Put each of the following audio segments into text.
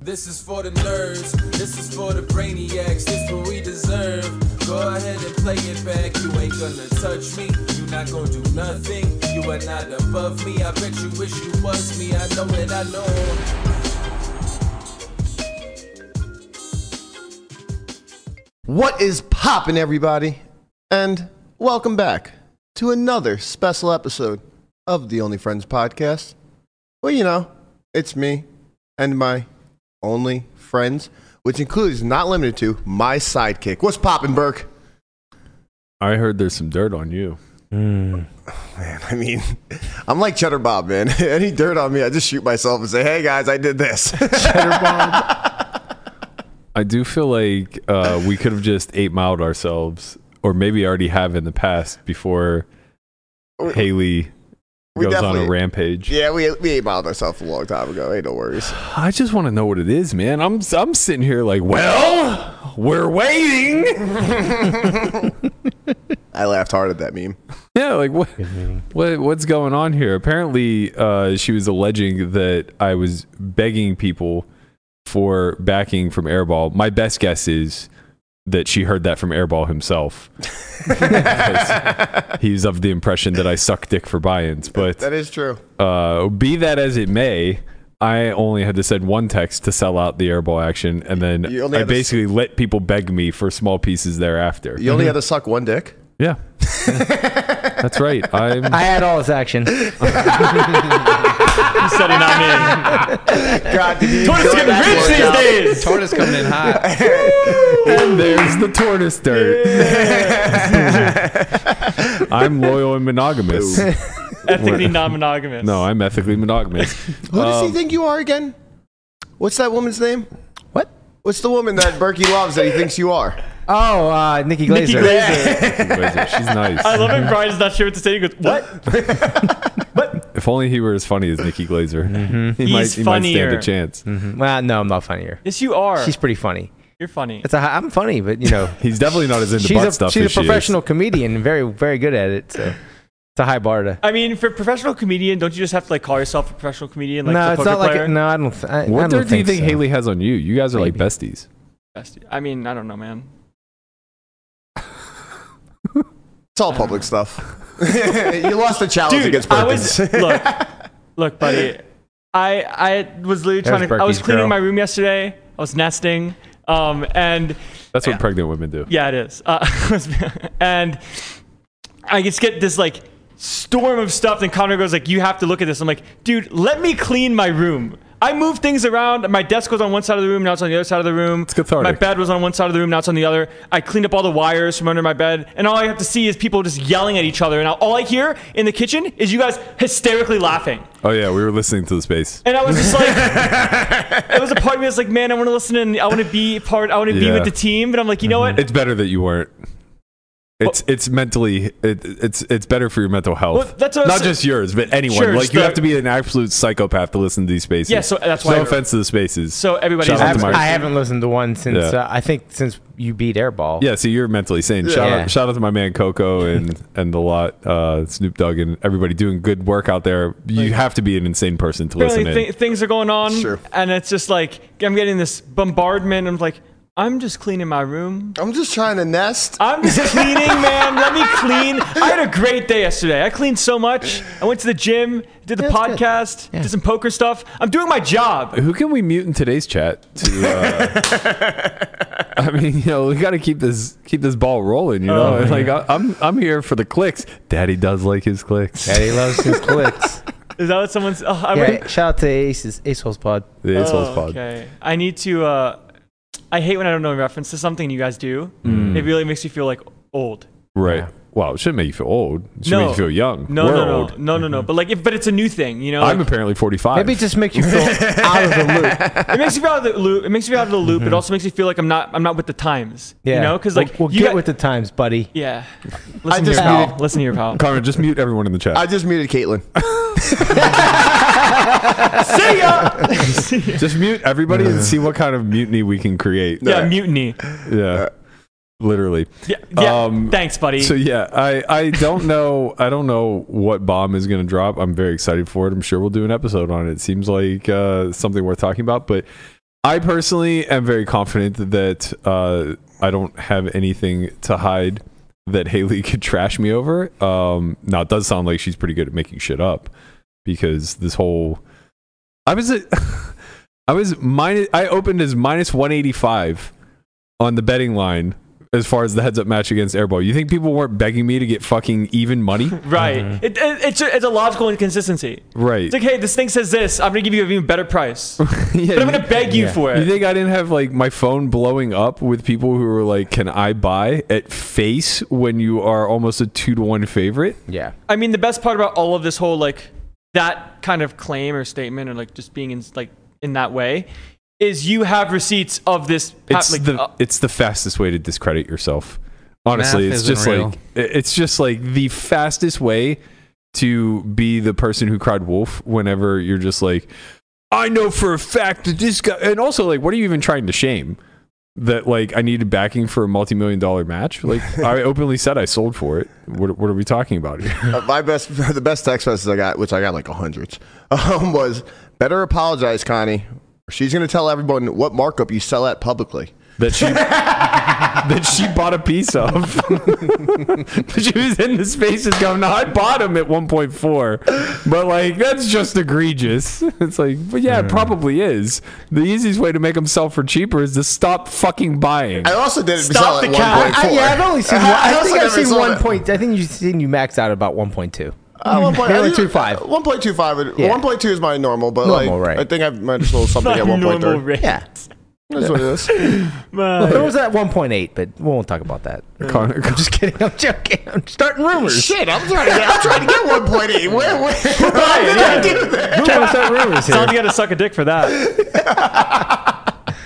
This is for the nerds, this is for the brainiacs, this what we deserve. Go ahead and play it back, you ain't gonna touch me, you not gonna do nothing, you are not above me. I bet you wish you was me, I know it, I know. What is poppin', everybody? And welcome back to another special episode of the Only Friends podcast. Well, you know, it's me and my only friends, which includes, not limited to, my sidekick. What's poppin', Burke? I heard there's some dirt on you. Man, I mean, I'm like Cheddar Bob, man. Any dirt on me, I just shoot myself and say, hey guys, I did this. I do feel like uh, we could have just eight miled ourselves, or maybe already have in the past before Haley we goes on a definitely- rampage. yeah, we, we eight miled ourselves a long time ago. Ain't no worries. I just want to know what it is, man. I'm I'm sitting here like, well, we're waiting. I laughed hard at that meme. Yeah, like what what what's going on here? Apparently, uh, she was alleging that I was begging people for backing from Airball. My best guess is that she heard that from Airball himself. Because he's of the impression that I suck dick for buy-ins, but That is true. uh, be that as it may, I only had to send one text to sell out the airball action, and then You only I had to s- basically let people beg me for small pieces thereafter. You only had to suck one dick? Yeah, that's right. I'm I had all his action. setting on me. God, did you Tortoise is getting rich these days. Tortoise coming in hot. and there's the tortoise dirt. I'm loyal and monogamous. Ethically non-monogamous. No, I'm ethically monogamous. Who does he think you are again? What's that woman's name? What? What's the woman that Berkey loves that he thinks you are? Oh, uh, Nikki Glaser. Nikki Glaser. She's nice. I love it. Brian's not sure what to say. He goes, "What? If only he were as funny as Nikki Glazer. He, might, Mm-hmm. He's he might stand funnier. Mm-hmm. a chance. Well, no, I'm not funnier. Yes, you are. She's pretty funny. You're funny. It's a, hi- I'm funny, but you know, He's definitely not as into she's butt a stuff she's as a she is. professional comedian, and very very good at it. So it's a high bar to. I mean, for professional comedian, don't you just have to like call yourself a professional comedian? Like no, the it's poker not like player? a, no. I don't. Th- I, I What don't dirt do you think so. Haley has on you? You guys are like Maybe. besties. I mean, I don't know, man. It's all public stuff. you lost the challenge Dude, against I Perkins. was look, look, buddy. I I was literally trying to. I was Berkey's cleaning girl. my room yesterday. I was nesting, um, and That's what pregnant women do. Yeah, it is. Uh, and I just get this like storm of stuff. Then Connor goes like, "You have to look at this." I'm like, "Dude, let me clean my room." I move things around. My desk was on one side of the room, now it's on the other side of the room. It's cathartic. My bed was on one side of the room, now it's on the other. I cleaned up all the wires from under my bed, and all I have to see is people just yelling at each other. And all I hear in the kitchen is you guys hysterically laughing. Oh yeah, we were listening to the space. And I was just like, it was a part of me that's like, man, I want to listen and I want to be part, I want to be Yeah. with the team. But I'm like, you know what? It's better that you weren't. It's it's mentally it, it's it's better for your mental health. Well, that's what I Not was- just yours, but anyone. Sure, like you so- have to be an absolute psychopath to listen to these spaces. Yeah, so that's no why- offense to the spaces. So everybody Shout I, out to haven't- Mark. I haven't listened to one since Yeah. uh, I think since you beat Airball. yeah, so you're mentally sane. Shout Yeah. out shout out to my man Coco and and the lot uh, Snoop Dogg and everybody doing good work out there. You have to be an insane person to listen. apparently in. thi- things are going on, true. and it's just like I'm getting this bombardment. I'm like, I'm just cleaning my room. I'm just trying to nest. I'm just cleaning, man. Let me clean. I had a great day yesterday. I cleaned so much. I went to the gym, did the that's good. podcast, did some poker stuff. I'm doing my job. Who can we mute in today's chat? To, uh, I mean, you know, we got to keep this keep this ball rolling. You know, and like I, I'm I'm here for the clicks. Daddy does like his clicks. and he loves his clicks. Is that what someone's? Oh, I went- Yeah, shout out to Ace's Ace Holes Pod. The assholes Oh, pod. Okay. I need to. Uh, I hate when I don't know a reference to something you guys do. Mm. It really makes me feel like old. Right. Wow. It shouldn't make you feel old. It should No. make you feel young. No, We're no, no, old. no, no, no, But like, if, but it's a new thing, you know. I'm like- apparently 45. Maybe it just makes you feel out of the loop. it makes you feel out of the loop. It makes you feel out of the loop. It Mm-hmm. also makes you feel like I'm not I'm not with the times. Yeah, You know, because like we'll, we'll you get got- with the times, buddy. yeah. Listen to your just pal. needed- Listen to your pal. Connor, just mute everyone in the chat. I just muted Caitlin. See ya. just mute everybody and see what kind of mutiny we can create. yeah, mutiny. Yeah. Literally. Yeah, yeah. Um, Thanks, buddy. So yeah, I, I don't know I don't know what bomb is going to drop. I'm very excited for it. I'm sure we'll do an episode on it. It seems like uh, something worth talking about. But I personally am very confident that uh, I don't have anything to hide that Haley could trash me over. Um, now it does sound like she's pretty good at making shit up because this whole I was at, I was minus I opened as minus 185 on the betting line as far as the heads up match against Airball. You think people weren't begging me to get fucking even money? Right. mm-hmm. It, it, it's, a, it's a logical inconsistency. right. It's like, hey, this thing says this. I'm going to give you an even better price. But Yeah, I'm going to beg you yeah. for You it. think I didn't have like my phone blowing up with people who were like, "Can I buy at face when you are almost a two to one favorite?" Yeah. I mean, the best part about all of this whole, like, that kind of claim or statement or, like, just being in, like, in that way is you have receipts of this. It's like, the uh, it's the fastest way to discredit yourself. Honestly, Math it's isn't just real. like it- it's just like the fastest way to be the person who cried wolf whenever you're just like, "I know for a fact that this guy," and also like, what are you even trying to shame? That like I needed backing for a multi-million dollar match. Like I openly said, I sold for it. What, what are we talking about here? Uh, my best, the best text message I got, which I got like hundreds, um, was better apologize, Connie. or She's going to tell everyone what markup you sell at publicly. that she that she bought a piece of. but she was in the spaces going, no, I bought him at 1.4. But like that's just egregious. It's like, but yeah, it probably is. The easiest way to make them sell for cheaper is to stop fucking buying. I also did sell Stop the at count. 1.4. I, I, yeah, I've only seen. One, I, also think I've never seen sold one it. point. I think you've seen you maxed out about one point two. Uh, one point, Maybe I like think- 2.5. 1.25. and- Yeah. 1.2 is my normal, but Normal, like, right. I think I might have sold something not at normal 1.3. rate. Yeah, That's what it is. Man. there was at one point eight, but we won't talk about that. Connor- I'm just kidding. I'm joking. I'm starting rumors. Shit, I'm trying to get, I'm trying to get 1.8. Where, where? yeah. I'm trying to start rumors Sounds here. you got to suck a dick for that.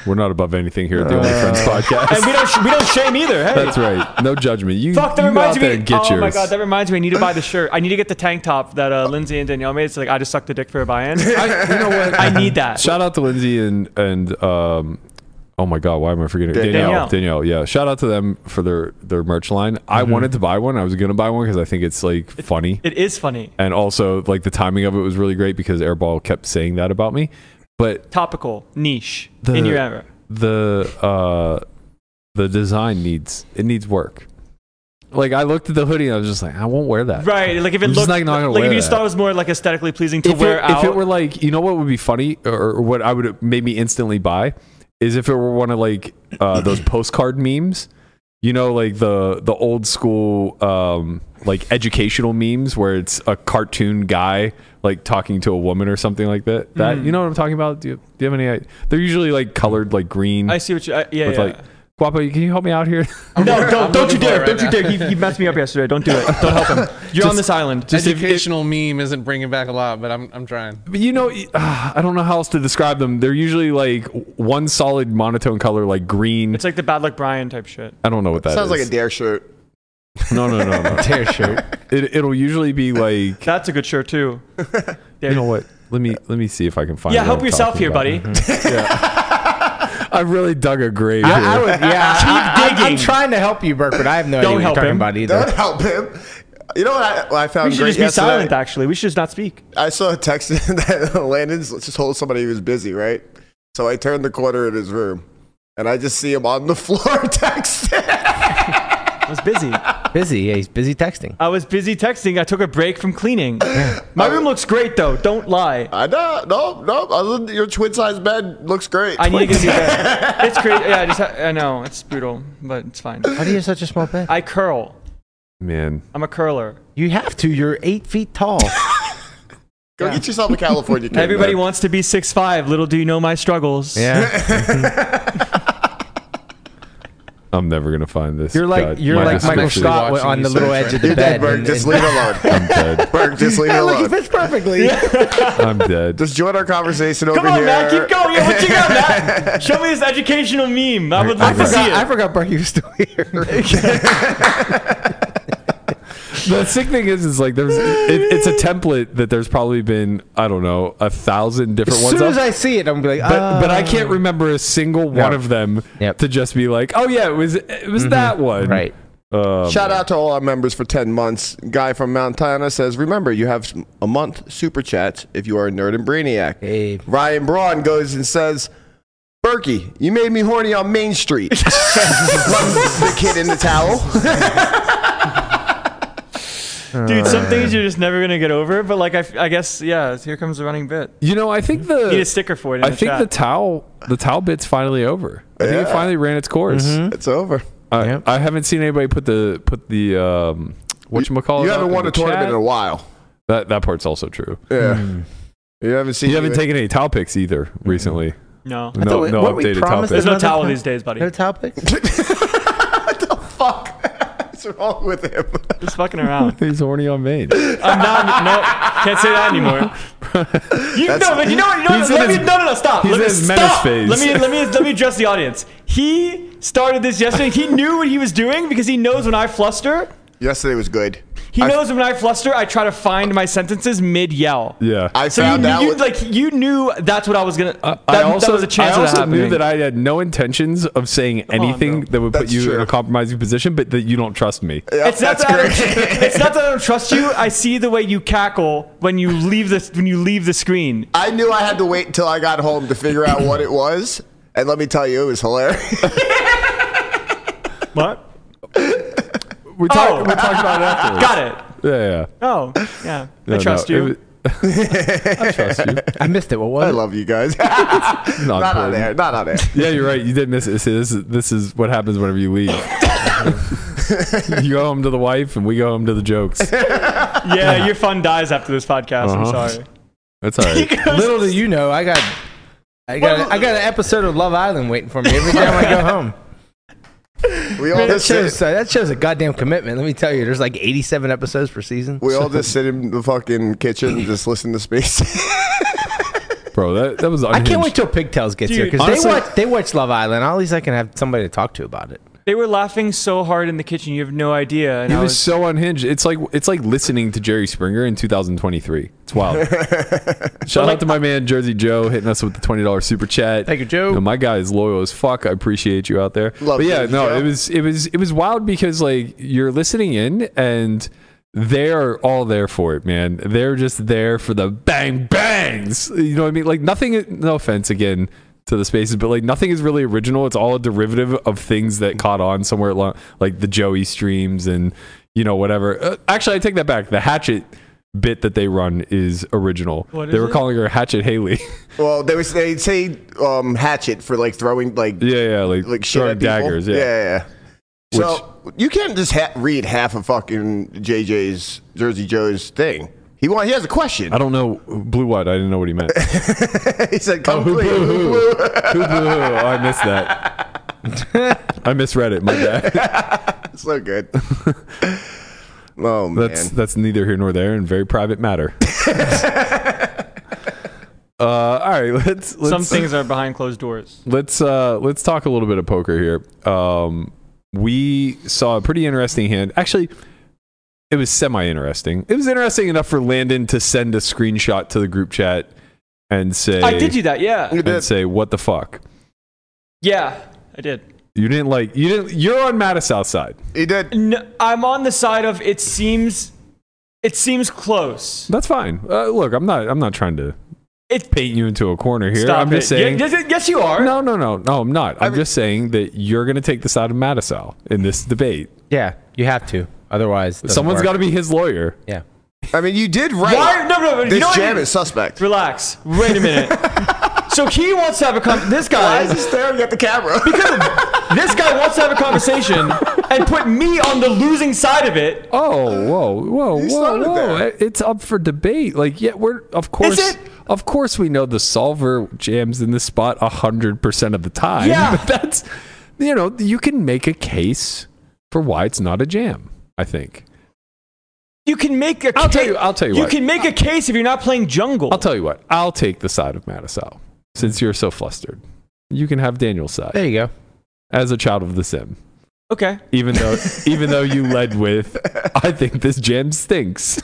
We're not above anything here at the Only Friends Uh. And podcast. we don't, sh- we don't shame either. Hey. That's right. No judgment. You, Fuck, you that go reminds out there me. and get oh yours. my god, that reminds me. I need to buy the shirt. I need to get the tank top that uh, Lindsay and Danielle made. So like, I just sucked the dick for a buy-in. I, you know what? I need that. Shout out to Lindsay and and um, oh my god, why am I forgetting Danielle. Danielle? Danielle, yeah. Shout out to them for their their merch line. I Mm-hmm. wanted to buy one. I was gonna buy one because I think it's like funny, It is funny. and also like the timing of it was really great because Airball kept saying that about me. But Topical, niche, The- in your era. the uh, the design needs it needs work. Like I looked at the hoodie and I was just like, I won't wear that. Right. Like if it I'm just looked not gonna like if wear you that. just thought it was more like aesthetically pleasing to if wear it, out. if it were like you know what would be funny or, or what I would made me instantly buy is if it were one of like uh, those postcard memes. You know, like the the old school um, like educational memes where it's a cartoon guy like talking to a woman or something like that. That Hmm. you know what I'm talking about? Do you, do you have any? They're usually like colored like green I see what you. I, yeah. with yeah. like. Guapo, can you help me out here? no, don't, don't you looking for dare! it don't right you dare! He, he messed me up yesterday. Don't do it. Don't help him. You're on this island. Educational meme isn't bringing back a lot, but I'm I'm trying. But you know, uh, I don't know how else to describe them. They're usually like one solid monotone color, like green. It's like the bad luck Brian type shit. I don't know what that Sounds like a is. dare shirt. No, no, no, no. Tear shirt. It, it'll usually be like That's a good shirt too. you know what? Let me let me see if I can find. Yeah, what help I'm yourself talking here, about. buddy. I really dug a grave here. I, I would, yeah, I, Keep I- I'm digging. trying to help you, Bert, but I have no idea what Don't you're help talking him. about either. Don't help him. You know what I, what I found We should great just be yesterday? silent. Actually, we should just not speak. I saw a text that Landon's just told somebody he was busy, right? So I turned the corner in his room, and I just see him on the floor texting. I was busy. Busy. Yeah, he's busy texting. I was busy texting. I took a break from cleaning. My room looks great though. Don't lie. I know, no, no. Other than your twin size bed looks great. I need to get a new bed. It's crazy. Yeah, I just ha- I know it's brutal, but it's fine. Why do you have such a small bed? I curl. Man, I'm a curler. You have to. You're eight feet tall. Go get yourself a California. King, Everybody man. wants to be six five. Little do you know my struggles. yeah. I'm never gonna find this. You're like God, you're my like description Michael description- is Scott watching on you the little search edge of right the You're dead, bed. Berg. and- Just and- leave it alone. I'm dead. Berg, just leave it Yeah, look, he alone. fits perfectly. I'm dead. Just join our conversation Come over on, here. Matt. Keep going. Yeah, what you got, Matt? Show me this educational meme. I would I love to see forgot, I it. forgot Berg, you was still here. the sick thing is, is like there's it, it's a template that there's probably been I don't know a thousand different As ones. soon as up. I see it, I'm gonna be like, but, but I "Ah." can't remember a single one No. of them Yep. to just be like, oh yeah, it was it was that one, Right. Um, Shout out to all our members for 10 months. Guy from Montana says, Remember, you have a month super chats if you are a nerd and brainiac. Hey. Ryan Braun goes and says, Berkey, you made me horny on Main Street. the kid in the towel. Dude, some things you're just never gonna get over. But like, I, f- I guess, yeah. Here comes the running bit. You know, I think the Need a sticker for it. In I the think chat. the towel the towel bit's finally over. I think it Yeah. Mm-hmm. finally ran its course. it's over. I, Yep. I haven't seen anybody put the put the um what you uh, You haven't won a tournament in a while. That that part's also true. Hmm. Yeah. You haven't seen. You haven't any- taken any towel picks either recently. no. No, thought we- no what we updated towel promised picks. There's no Another towel time? these days, buddy. No topics? Fuck. What's wrong with him? Just fucking around. He's horny on main. I'm not. No, can't say that anymore. You know, but you know, what- you know. He's what, in Let his- me. No, no, no. Stop. he's let me, in his stop. menace phase. Let me. Let me. Let me address the audience. He started this yesterday. He knew what he was doing because he knows when I fluster. Yesterday was good. He I- knows when I fluster. I try to find my sentences mid yell. Yeah. I So you, found out. knew- you what- like you knew that's what I was gonna. that, I that also, was a chance I of that also knew happening. that I had no intentions of saying anything bro. that would put That's you in true. a compromising position, but that you don't trust me. Yeah, it's not that's that I correct. don't, it's not that I don't trust you. I see the way you cackle when you leave the when you leave the screen. I knew I had to wait until I got home to figure out what it was. And let me tell you, it was hilarious. What? We talked. Oh. We talked about it afterwards. Got it. Yeah, yeah. Oh, yeah. No, I no, trust it you. was- I trust you. I missed it. What was I it? love you guys. not Not on important. air. Not on air. Yeah, you're right. You did miss it. See, this is this is what happens whenever you leave. you go home to the wife, and we go home to the jokes. yeah, your fun dies after this podcast. Uh-huh. I'm sorry. That's all right. Little do you know, I got, I got, I got an episode of Love Island waiting for me every time I go home. We all That just shows, sit, uh, that shows a goddamn commitment. Let me tell you, there's like 87 episodes per season. we all just sit in the fucking kitchen and just listen to space. bro. That that was. I Unhinged. can't wait till Pigtails gets here because they honestly- watch, they watch Love Island. At least I can have somebody to talk to about it. They were laughing so hard in the kitchen. You have no idea. And He I was was, so unhinged. It's like it's like listening to Jerry Springer in 2023. It's wild. Shout out to my man Jersey Joe hitting us with the twenty dollars super chat. Thank you, Joe. No, my guy is loyal as fuck. I appreciate you out there. Love but yeah, Jersey no, Joe. it was it was it was wild because like you're listening in and they're all there for it, man. They're just there for the bang bangs. You know what I mean? Like nothing. No offense again to the spaces, but like nothing is really original. It's all a derivative of things that caught on somewhere along, like the Joey streams and you know whatever. Uh, actually, I take that back. The hatchet bit that they run is original. What they is were it? calling her Hatchet Haley. well, they was they'd say um, hatchet for like throwing like yeah, yeah, like, like shit throwing at people. daggers. Yeah. yeah. yeah, yeah. So you can't just ha- read half of fucking JJ's Jersey Joe's thing. He want he has a question. I don't know blue what I didn't know what he meant. he said, "Come who clean, blew Oh, who who? blew?" Who blew who? Oh, I missed that. I misread it. My bad. So good. oh man, That's that's neither here nor there and very private matter. uh, all right, let's let's some things are behind closed doors. let's uh let's talk a little bit of poker here um we saw a pretty interesting hand actually it was semi interesting it was interesting enough for landon to send a screenshot to the group chat and say I did do that. Yeah. You and did. say what the fuck Yeah, I did. you didn't like you didn't you're on mattis outside he did. No, I'm on the side of it seems. It seems close. that's fine uh, look i'm not i'm not trying to It. paint you into a corner here Stop i'm just it. Yeah, saying yes, yes, you are. no no no no i'm not i'm just saying that you're going to take the side of mattis out in this debate Yeah, you have to. Otherwise, someone's got to be his lawyer Yeah. I mean, you did right. Why? No, no, no. This you know what? jam is suspect. Relax. Wait a minute. so he wants to have a con- this Why guy. is he staring at the camera? this guy wants to have a conversation and put me on the losing side of it. Oh, whoa, whoa, whoa, started whoa! there. It's up for debate. Like, yeah, we're of course, it? of course, we know the solver jams in this spot hundred percent of the time. Yeah. but that's you know you can make a case for why it's not a jam. I think You can make a. I'll ca- tell you- I'll tell you You what. can make a case if you're not playing jungle. I'll tell you what. I'll take the side of Mattisau since you're so flustered. You can have Daniel's side There you go. as a child of the Sim, okay. even though even though you led with, I think this jam stinks.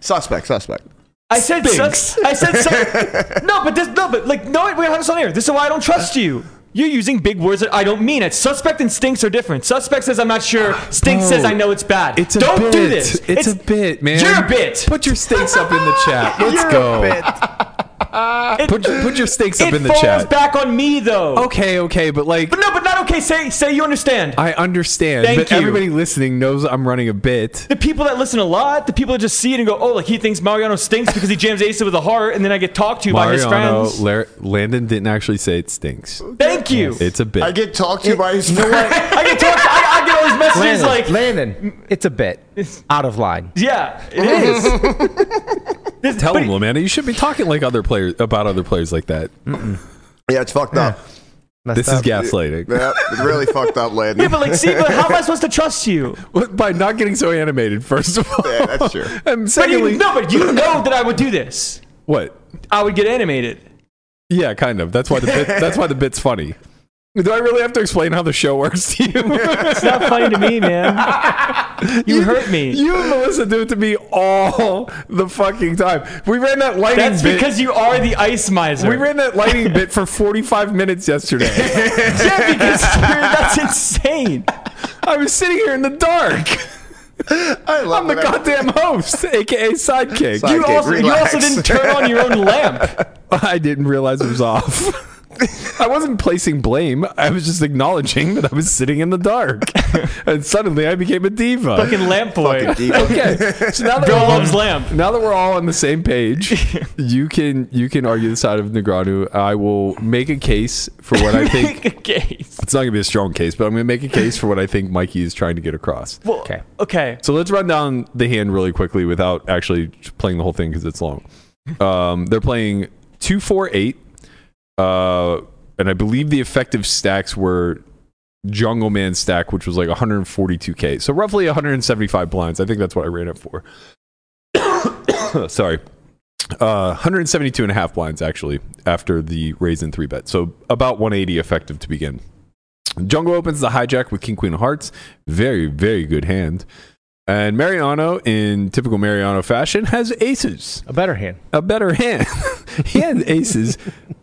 suspect, suspect. I said. Sus- I said. Sus- no, but this. No, but like no. Wait, have this on air. This is why I don't trust you. You're using big words that I don't mean it. Suspect and stinks are different. Suspect says I'm not sure. Stink Ah, Bro, says I know it's bad. It's a don't bit. do this. It's, a bit, man. You're a bit. Put your stinks up in the chat. Let's You're a go. bit. It- Put your- put your stakes up it in the falls chat. back on me though. Okay, okay, but like But no, but not okay. Say say you understand. I understand. Thank but you. everybody listening knows I'm running a bit. the people that listen a lot, the people that just see it and go, oh, like he thinks Mariano stinks because he jams Asa with a heart, and then I get talked to by his Mariano friends. Lar- Landon didn't actually say it stinks. Thank you. It's a bit. I get talked to by his I get talked. I, I get all these messages Landon, like, Landon, it's a bit out of line. yeah, it is. This- Tell but him, Lamanna, you should be talking like other players about other players like that. Mm, Yeah, it's fucked up. Messed This is up. gaslighting. Yeah, it's really fucked up, Landon. Yeah, but like, see, but how am I supposed to trust you? What- By not getting so animated, first of all. Yeah, that's true. And But secondly, you, no, but you know that I would do this. what? I would get animated. Yeah, kind of. That's why the bit, that's why the bit's funny. Do I really have to explain how the show works to you? It's not funny to me, man. You hurt me. you and Melissa do it to me all the fucking time. We ran that lighting That's bit. because you are the ice miser. we ran that lighting bit for 45 minutes yesterday. yeah, because you're- that's insane. I was sitting here in the dark. Oh, I love I'm the that. goddamn host, aka sidekick. Side- You Okay, also, you also relax. didn't turn on your own lamp. I didn't realize it was off. I wasn't placing blame. I was just acknowledging that I was sitting in the dark, and suddenly I became a diva. Fucking lamp boy. Fucking diva. okay, so now that Bill we're all- loves lamp. Now that we're all on the same page, you can you can argue the side of Negranu. I will make a case for what I think. Make a case. it's not gonna be a strong case, but I'm gonna make a case for what I think Mikey is trying to get across. Well, Okay. Okay. So let's run down the hand really quickly without actually playing the whole thing because it's long. Um, they're playing two, four, eight, uh, and I believe the effective stacks were Jungle Man stack, which was like 142k, so roughly 175 blinds. I think that's what I ran it for. Sorry. Uh, 172 and a half blinds actually after the raise and three bet, so about 180 effective to begin. Jungle opens the hijack with King Queen of Hearts, very very good hand, and Mariano in typical Mariano fashion has aces, A better hand. a better hand. he has aces,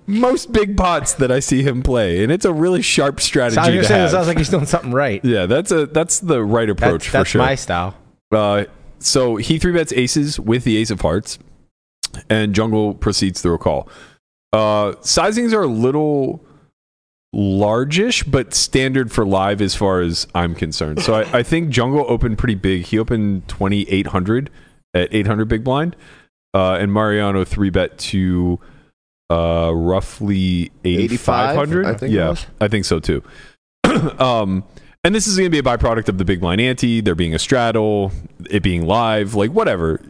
most big pots that I see him play, and it's a really sharp strategy. Sounds, you're to saying it have. sounds like he's doing something right. Yeah, that's a that's the right That's, approach that's for sure. my style. Uh, so he three bets aces with the ace of hearts, and jungle proceeds through a call. Uh, sizings are a little largish, but standard for live as far as I'm concerned. So I, I think jungle opened pretty big. He opened 2800 at 800 big blind, uh, and Mariano three bet to uh, roughly 8500. I think it yeah, was. I think so too. um, and this is going to be a byproduct of the big blind ante, there being a straddle, it being live, like whatever.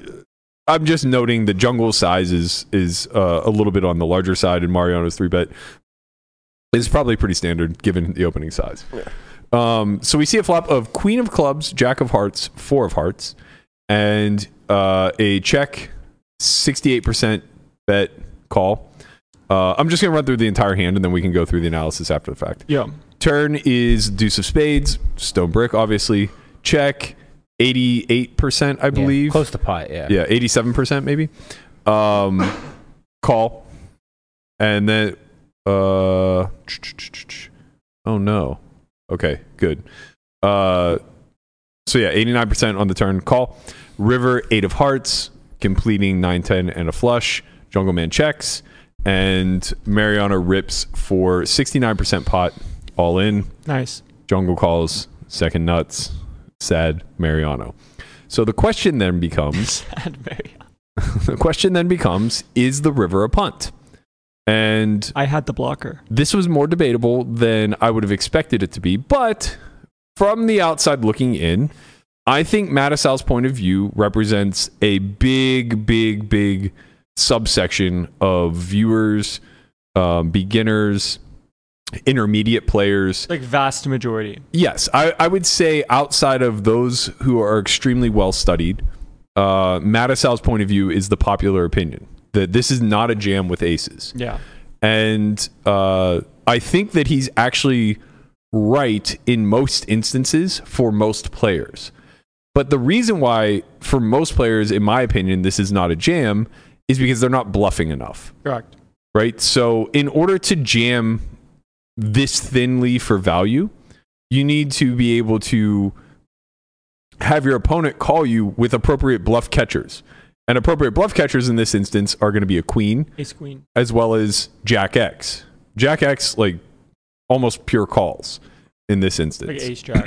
I'm just noting the jungle size is is uh, a little bit on the larger side, and Mariano's three bet is probably pretty standard given the opening size. Um, so we see a flop of queen of clubs, jack of hearts, four of hearts, and uh, a check, sixty-eight percent bet call. Uh, I'm just gonna run through the entire hand, and then we can go through the analysis after the fact. Yeah. Turn is deuce of spades, stone brick, obviously. Check, eighty-eight percent, I Yeah. believe. Close to pot, yeah. Yeah, eighty-seven percent maybe. Um, call, and then uh, oh no. Okay, good. Uh, so yeah, eighty-nine percent on the turn. Call, river eight of hearts, completing nine ten and a flush. Jungle man checks, and Mariana rips for sixty-nine percent pot all in. Nice. Jungle calls second nuts. Sad Mariano. So the question then becomes Sad Mary. the question then becomes is the river a punt and I had the blocker. this was more debatable than i would have expected it to be but from the outside looking in i think mattisau's point of view represents a big big big subsection of viewers um, beginners intermediate players Like vast majority. Yes, I, I would say outside of those who are extremely well studied, uh, Mattisau's point of view is the popular opinion that this is not a jam with aces, Yeah. and uh, I think that he's actually right in most instances for most players. But the reason why, for most players, in my opinion, this is not a jam is because they're not bluffing enough Correct. right? So in order to jam this thinly for value, you need to be able to have your opponent call you with appropriate bluff catchers. And appropriate bluff catchers in this instance are going to be a queen Ace queen. as well as Jack X. Jack X, like almost pure calls in this Like instance. ace jack.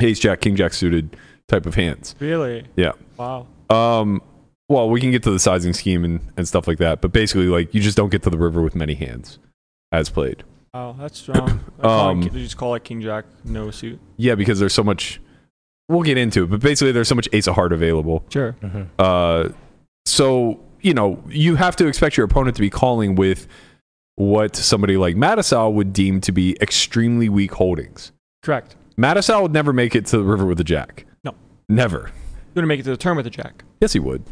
Ace Jack, King Jack suited type of hands. really? Yeah. Wow. Um, well, we can get to the sizing scheme and, and stuff like that, but basically, like you just don't get to the river with many hands as played. Wow, that's strong. I call Um, it- they just call it king jack, no suit. Yeah, because there's so much. We'll get into it, but basically, there's so much ace of heart available. Sure. Uh, so you know you have to expect your opponent to be calling with what somebody like Matisau would deem to be extremely weak holdings. Correct. Matisau would never make it to the river with a jack. No. never. You're gonna make it to the turn with a jack. Yes, he would.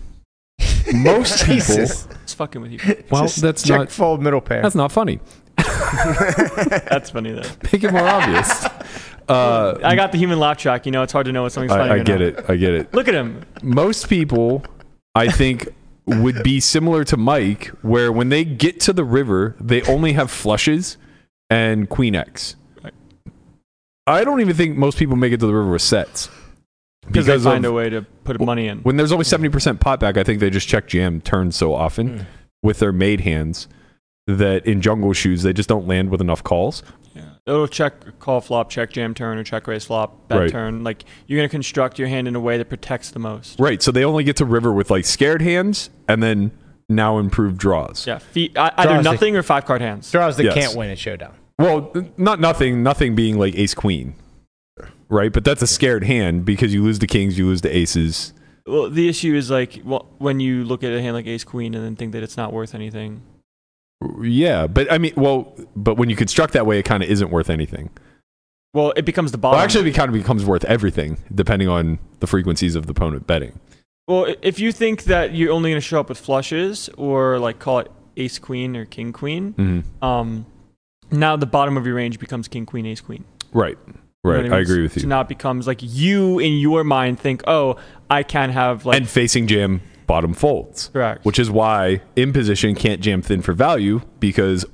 Most people. Jesus. It's fucking with you. Well, Just that's check not fold middle pair. that's not funny. That's funny though. Make it more obvious. Uh, I got the human laugh track. You know, it's hard to know when something's funny. I, I or get not. it. I get it. Look at him. Most people, I think, would be similar to Mike, where when they get to the river, they only have flushes and queen x. Right. I don't even think most people make it to the river with sets Because they of- find a way to put money in. when there's only 70% pot back, I think they just check jam turns so Mm. often with their made hands that in jungle shoes they just don't land with enough calls. Yeah. It'll check call flop, check jam turn, or check raise flop, bet Right. turn. Like you're gonna construct your hand in a way that protects the most. Right. So they only get to river with like scared hands and then now improved draws. Yeah. Feet, I, either Draws the- nothing or five card hands. Draws that Yes. can't win at showdown. Well, n- not nothing, nothing being like ace queen. Right? But that's a scared hand because you lose the kings, you lose the aces. Well, the issue is like wh- when you look at a hand like ace queen and then think that it's not worth anything. Yeah, but I mean, well, but when you construct that way, it kind of isn't worth anything. Well, it becomes the bottom. Well, actually, it kind of becomes worth everything depending on the frequencies of the opponent betting. Well, i- if you think that you're only going to show up with flushes or like call it ace queen or king queen, um, now the bottom of your range becomes king queen ace queen. Right, You know right. what I, mean? agree with So you. now it becomes like you in your mind think, oh, I can have like and facing jam bottom folds, correct. which is why in position can't jam thin for value because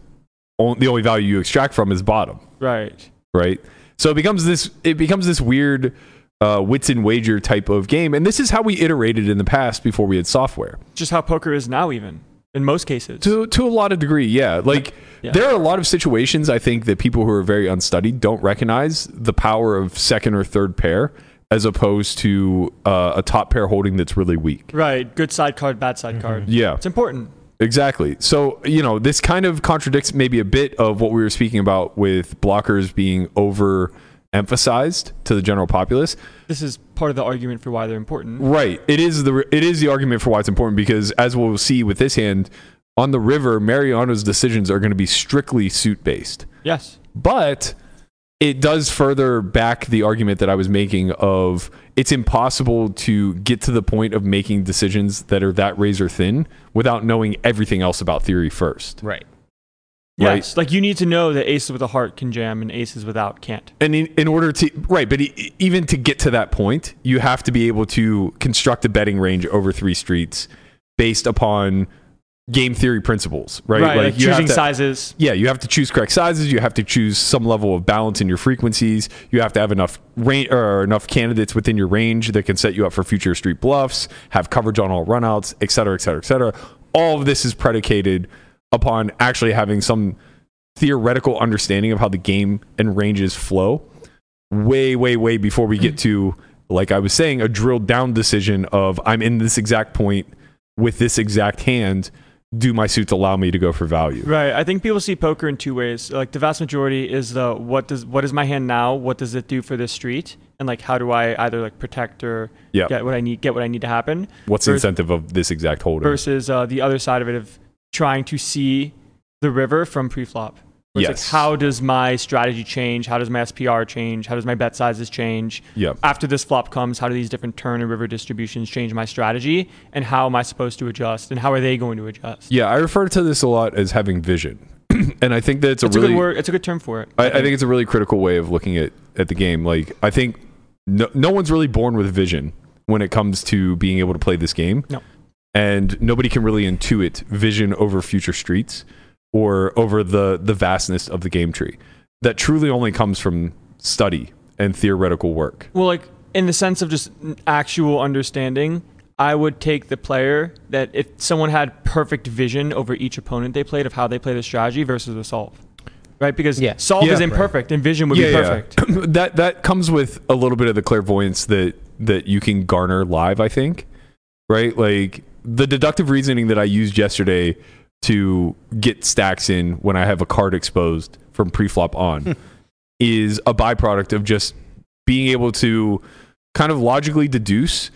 on, the only value you extract from is bottom. right. right? So it becomes this it becomes this weird uh, wits and wager type of game, and this is how we iterated in the past before we had software. Just how poker is now, even in most cases. To to a lot of degree, yeah. Like Yeah. there are a lot of situations I think that people who are very unstudied don't recognize the power of second or third pair as opposed to uh, a top pair holding that's really weak. right. Good side card, bad side card. Mm-hmm. Yeah. It's important. Exactly. So, you know, this kind of contradicts maybe a bit of what we were speaking about with blockers being over emphasized to the general populace. This is part of the argument for why they're important. Right. It is the it is the argument for why it's important because as we'll see with this hand on the river, Mariano's decisions are going to be strictly suit based. Yes. But it does further back the argument that I was making of it's impossible to get to the point of making decisions that are that razor thin without knowing everything else about theory first. Right. Right. Yes. Like you need to know that aces with a heart can jam and aces without can't. and in, in order to right but e- even to get to that point you have to be able to construct a betting range over three streets based upon game theory principles right, Right. Like, you have choosing to- sizes. yeah you have to choose correct sizes you have to choose some level of balance in your frequencies you have to have enough range or enough candidates within your range that can set you up for future street bluffs have coverage on all runouts et cetera et cetera et cetera all of this is predicated upon actually having some theoretical understanding of how the game and ranges flow way way way before we get to like i was saying a drilled down decision of i'm in this exact point with this exact hand do my suits allow me to go for value Right. I think people see poker in two ways. Like the vast majority is the what does what is my hand now? What does it do for this street? And like how do I either like protect or Yeah. get what I need get what I need to happen? What's the Vers- incentive of this exact holder? Versus uh, the other side of it of trying to see the river from preflop. Where it's Yes. Like, how does my strategy change? How does my SPR change? How does my bet sizes change? Yeah. After this flop comes, how do these different turn and river distributions change my strategy? And how am I supposed to adjust? And how are they going to adjust? Yeah, I refer to this a lot as having vision, and I think that it's a It's really, a good word. It's a good term for it. I, I think it's a really critical way of looking at at the game. Like, I think no, no one's really born with vision when it comes to being able to play this game. No. and nobody can really intuit vision over future streets or over the the vastness of the game tree. That truly only comes from study and theoretical work. Well, like in the sense of just n- actual understanding, I would take the player that if someone had perfect vision over each opponent they played of how they play the strategy versus the solve. Right? Because Yeah. solve Yeah. is imperfect and vision would be perfect. that that comes with a little bit of the clairvoyance that that you can garner live. I think, right? Like the deductive reasoning that I used yesterday to get stacks in when I have a card exposed from preflop Hmm. on is a byproduct of just being able to kind of logically deduce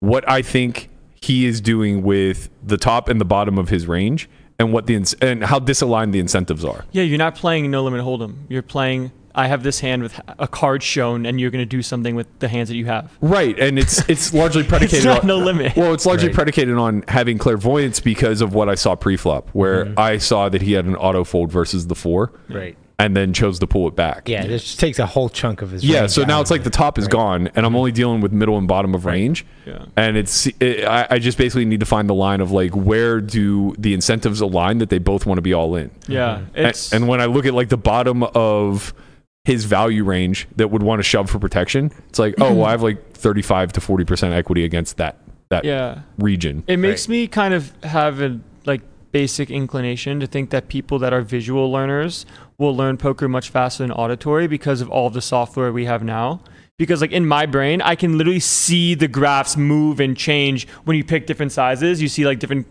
what I think he is doing with the top and the bottom of his range and what the ins- and how disaligned the incentives are. Yeah, you're not playing no limit hold'em. You're playing I have this hand with a card shown and you're going to do something with the hands that you have. Right, and it's it's largely predicated It's not on no limit. Well, it's largely Right. predicated on having clairvoyance because of what I saw pre-flop, where Mm-hmm. I saw that he had an auto fold versus the four, Right. and then chose to pull it back. Yeah, this just takes a whole chunk of his. yeah. range So now out. it's like the top is gone, and I'm only dealing with middle and bottom of range. Yeah. and it's it, I, I just basically need to find the line of like where do the incentives align that they both want to be all in. Yeah. A- It's and when I look at like the bottom of his value range that would want to shove for protection, it's like, oh, well, I have like 35 to 40% equity against that that yeah. region. It makes me kind of have a like basic inclination to think that people that are visual learners will learn poker much faster than auditory because of all the software we have now. Because like in my brain, I can literally see the graphs move and change when you pick different sizes. You see like different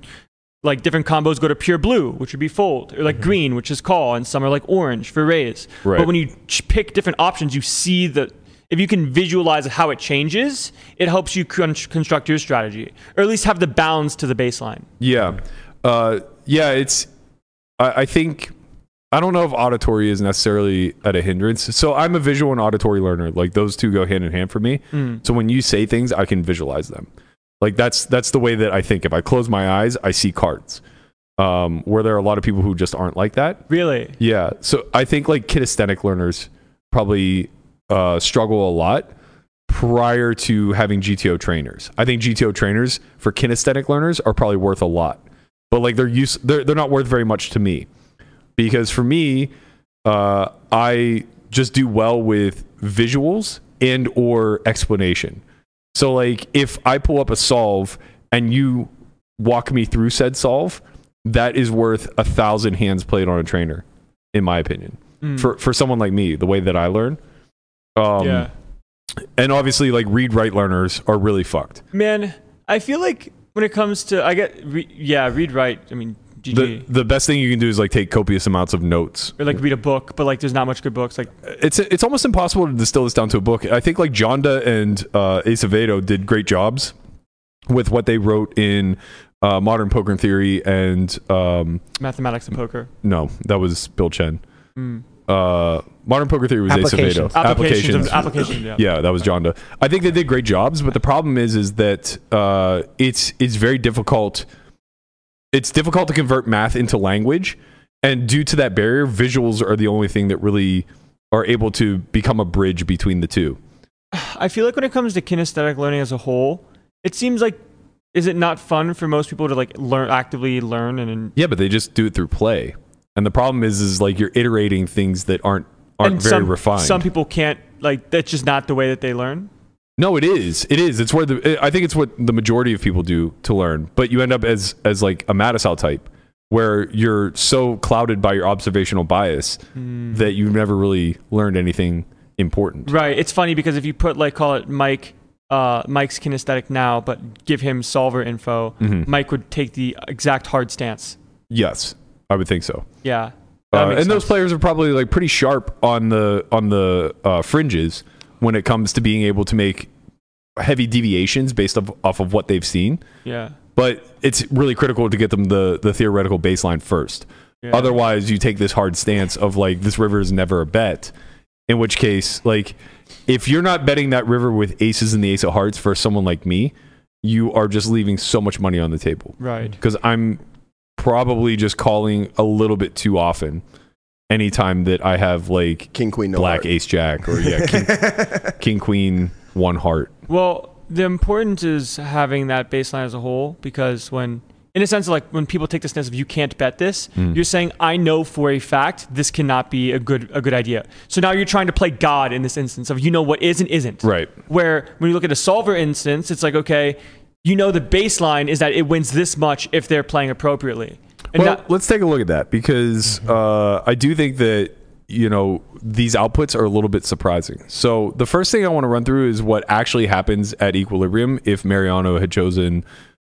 like different combos go to pure blue, which would be fold, or like green, which is call, and some are like orange for raise. Right. But when you ch- pick different options, you see the if you can visualize how it changes, it helps you con- construct your strategy, or at least have the bounds to the baseline. Yeah. Uh, yeah, it's, I, I think, I don't know if auditory is necessarily at a hindrance. So I'm a visual and auditory learner. Like those two go hand in hand for me. Mm. So when you say things, I can visualize them. Like that's, that's the way that I think. If I close my eyes, I see cards. Um, where there are a lot of people who just aren't like that. Really? Yeah. So I think like kinesthetic learners probably uh, struggle a lot prior to having GTO trainers. I think GTO trainers for kinesthetic learners are probably worth a lot, but like they're use they're they're not worth very much to me because for me, uh, I just do well with visuals and or explanation. So like if I pull up a solve and you walk me through said solve, that is worth a thousand hands played on a trainer, in my opinion. For for someone like me, the way that I learn. Um, yeah. And obviously, like read write learners are really fucked. Man, I feel like when it comes to I get re- yeah, read write. I mean, GG. The the best thing you can do is like take copious amounts of notes. or like read a book, but like there's not much good books. Like It's it's almost impossible to distill this down to a book. I think like Jonda and uh, Acevedo did great jobs with what they wrote in uh, Modern Poker Theory and um, mathematics and poker. no, that was Bill Chen. Uh, Modern Poker Theory was Acevedo. Applications. Applications, of applications. Yeah. yeah, that was Jonda. I think they did great jobs, but the problem is, is that uh, it's it's very difficult. It's difficult to convert math into language, and due to that barrier, visuals are the only thing that really are able to become a bridge between the two. I feel like when it comes to kinesthetic learning as a whole, it seems like is it not fun for most people to like learn actively learn and, and, Yeah, but they just do it through play, and the problem is, is like you're iterating things that aren't aren't and very some, refined. Some people can't like that's just not the way that they learn. No, it is. It is. It's where the I think it's what the majority of people do to learn, but you end up as as like a Mattisau type, where you're so clouded by your observational bias that you never really learned anything important. Hmm. Right. It's funny because if you put like call it Mike uh, Mike's kinesthetic now, but give him solver info, Mm-hmm. Mike would take the exact hard stance. Yes, I would think so. Yeah. That Uh, and makes those sense. players are probably like pretty sharp on the on the uh, fringes when it comes to being able to make heavy deviations based off, off of what they've seen. Yeah. but it's really critical to get them the, the theoretical baseline first. Otherwise, you take this hard stance of like this river is never a bet. In which case, like if you're not betting that river with aces and the ace of hearts for someone like me, you are just leaving so much money on the table Right. because I'm probably just calling a little bit too often. Anytime that I have like King, queen, no black heart. ace jack or yeah king, king queen one heart Well, the importance is having that baseline as a whole because when, in a sense, like when people take the stance of you can't bet this, Hmm. you're saying I know for a fact this cannot be a good a good idea. So now you're trying to play God in this instance of you know what is and isn't. Right. Where when you look at a solver instance, it's like okay, you know the baseline is that it wins this much if they're playing appropriately. And well, not- Mm-hmm. let's take a look at that because uh, I do think that you know these outputs are a little bit surprising. So the first thing I want to run through is what actually happens at equilibrium if Mariano had chosen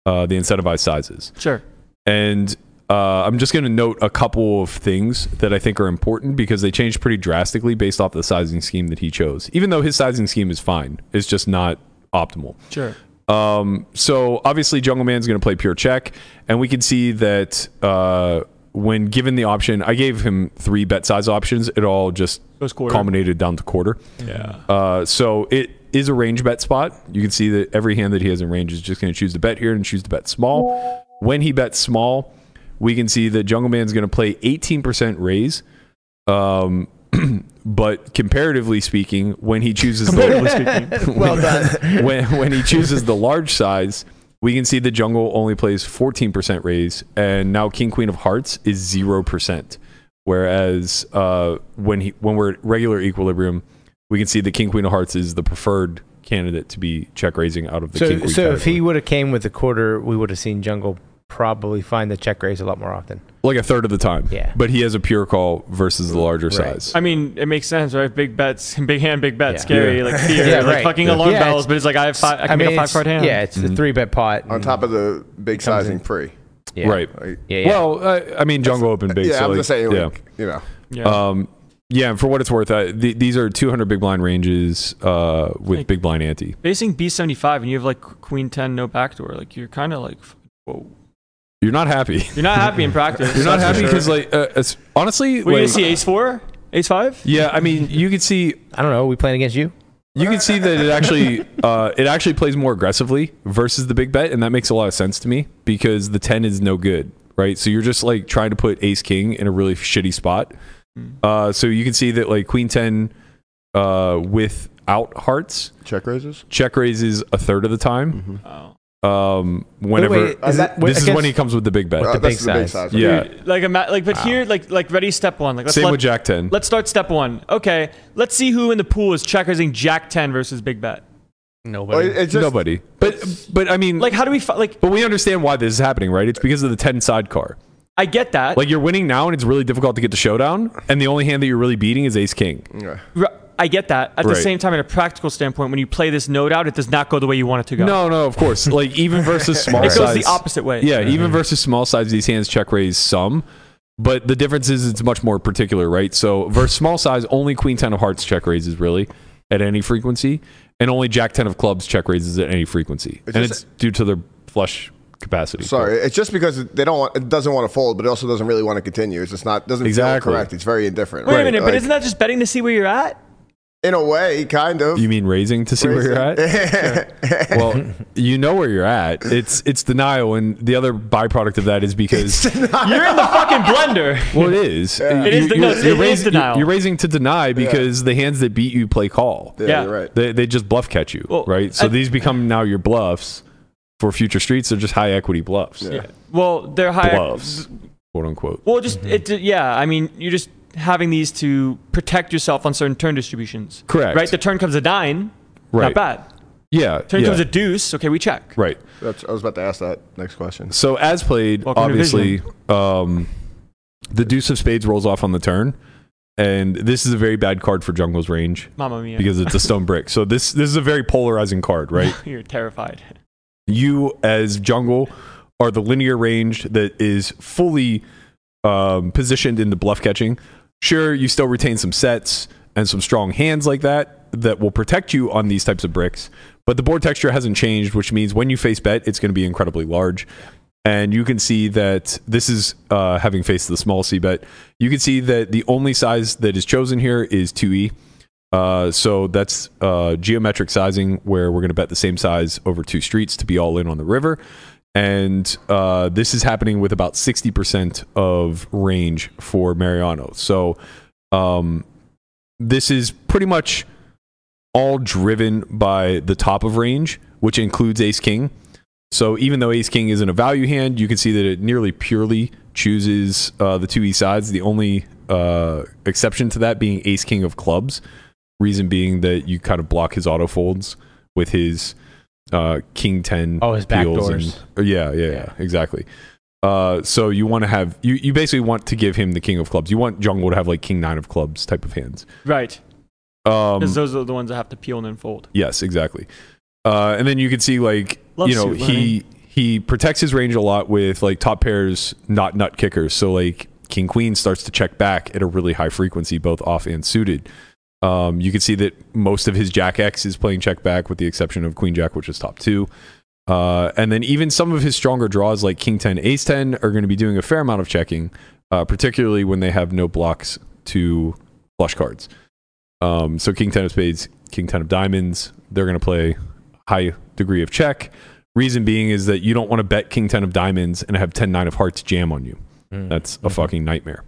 uh, the incentivized sizes, sure. and uh, I'm just going to note a couple of things that I think are important because they change pretty drastically based off the sizing scheme that he chose. Even though his sizing scheme is fine, it's just not optimal. Sure. Um, so obviously, Jungle Man's going to play pure check, and we can see that uh, when given the option, I gave him three bet size options. It all just Goes quarter. culminated down to quarter. Yeah. Uh, so it is a range bet spot. You can see that every hand that he has in range is just going to choose to bet here and choose to bet small. When he bets small, we can see that Jungle Man's going to play 18% raise. Um, but comparatively speaking, when he chooses the well done. when when he chooses the large size, we can see the jungle only plays 14% raise, and now King Queen of Hearts is zero percent. Whereas uh, when he when we're at regular equilibrium, we can see the King Queen of Hearts is the preferred candidate to be check raising out of the King So, Queen. so if he category. would have came with a quarter, we would have seen Jungle probably find the check raise a lot more often. like a third of the time, Yeah. but he has a pure call versus the larger Right. size. I mean, it makes sense, right? Big bets, big hand, big bet, Yeah. scary, Yeah. like fear, Yeah, like right. fucking Yeah. alarm Yeah, it's- bells. But it's like I have five, I can make a five it's- card hand. Yeah, it's Mm-hmm. the three bet pot. on and- top of the big comes sizing in. pre. yeah. Right. Like, Yeah, yeah. Well, I, I mean, jungle open big. yeah, so I'm like- just saying, yeah. like, you know, Yeah. Um, yeah, and for what it's worth, uh, th- these are 200 big blind ranges uh, with Like- big blind ante. Basing B75 and you have like queen 10 no backdoor, like you're kind of like f- whoa. You're not happy. You're not happy in practice. You're not that's happy for because, sure. like, uh, it's, honestly, Were like, you gonna see ace four, ace five? yeah, I mean, you could see, I don't know. we playing against you? you could see that it actually, uh, it actually plays more aggressively versus the big bet, and that makes a lot of sense to me because the ten is no good, right? So you're just like trying to put ace king in a really shitty spot. Mm. Uh, so you can see that like queen ten uh, without hearts check raises. check raises a third of the time. Oh. Um, whenever Wait, is that- this is when against- he comes with the big bet, Uh, big that's the big size. size. yeah. Dude, like a ma- like, but here, like, like ready step one. Like, let's Same let, with Jack ten. Let's start step one. Okay, let's see who in the pool is checkering Jack ten versus Big Bet. Well, Oh, Nobody. it- it's just, Nobody, but but I mean, Like, how do we fi- like? But we understand why this is happening, right? It's because of the 10 sidecar. I get that. Like you're winning now and it's really difficult to get the showdown, and the only hand that you're really beating is ace king. Yeah. R- I get that. At the Right. same time, in a practical standpoint, when you play this node out, it does not go the way you want it to go. No, no, of course. Like even versus small it goes size. the opposite way. Yeah, even versus small size, these hands check raise some. But the difference is it's much more particular, right? So versus small size, only queen ten of hearts check raises really at any frequency, and only jack ten of clubs check raises at any frequency, and just- it's due to their flush capacity. Sorry, it's just because they don't want it doesn't want to fold, but it also doesn't really want to continue. It's just not doesn't Exactly. feel correct. It's very indifferent. Wait right? a minute, Like, but isn't that just betting to see where you're at? in a way kind of? You mean raising to see where you're at? Well, you know where you're at. It's it's denial, and the other byproduct of that is because You're in the fucking blender. well, it is. It is the- no, it is denial. You're raising to deny because the hands that beat you play call. yeah, Yeah. you're right. They they just bluff catch you, Well, right? So I- these become now your bluffs for future streets. They're just high equity bluffs, Well, they're higher. bluffs, quote unquote. Well, just it. Yeah, I mean, you're just having these to protect yourself on certain turn distributions. Correct. Right. The turn comes a nine. Right. Not bad. Yeah, Turn yeah. comes a deuce. Okay, we check. right. That's, I was about to ask that next question. So as played, Welcome to obviously, um, the deuce of spades rolls off on the turn, and this is a very bad card for jungle's range. Mamma mia. because it's a stone brick. So this this is a very polarizing card, right? you're terrified. you as jungle are the linear range that is fully um, positioned into bluff catching. Sure, you still retain some sets and some strong hands like that that will protect you on these types of bricks, but the board texture hasn't changed, which means when you face bet, it's going to be incredibly large. And you can see that this is uh, having faced the small C bet. You can see that the only size that is chosen here is E. 2E. Uh, so that's uh, geometric sizing, where we're going to bet the same size over two streets to be all in on the river. And uh, this is happening with about 60% of range for Mariano. So um, this is pretty much all driven by the top of range, which includes Ace King. So even though Ace King isn't a value hand, you can see that it nearly purely chooses uh, the two E sides. The only uh, exception to that being Ace King of clubs. Reason being that you kind of block his auto folds with his uh, King Ten. Oh, his back peels doors. and- Uh, yeah, yeah, yeah, exactly. Uh, so you want to have you, you basically want to give him the king of clubs. You want Jungle to have like king nine of clubs type of hands. Right. Um, Because those are the ones that have to peel and then fold. Yes, exactly. Uh, and then you can see like Love you know suit learning. he he protects his range a lot with like top pairs, not nut kickers. So like king queen starts to check back at a really high frequency, both off and suited. Um, you can see that most of his jack X is playing check back, with the exception of queen jack, which is top two. Uh, and then even some of his stronger draws like king 10 ace 10 are going to be doing a fair amount of checking uh, particularly when they have no blocks to flush cards um, so king 10 of spades king 10 of diamonds they're going to play high degree of check reason being is that you don't want to bet king 10 of diamonds and have 10 9 of hearts jam on you Hmm. that's Mm-hmm. a fucking nightmare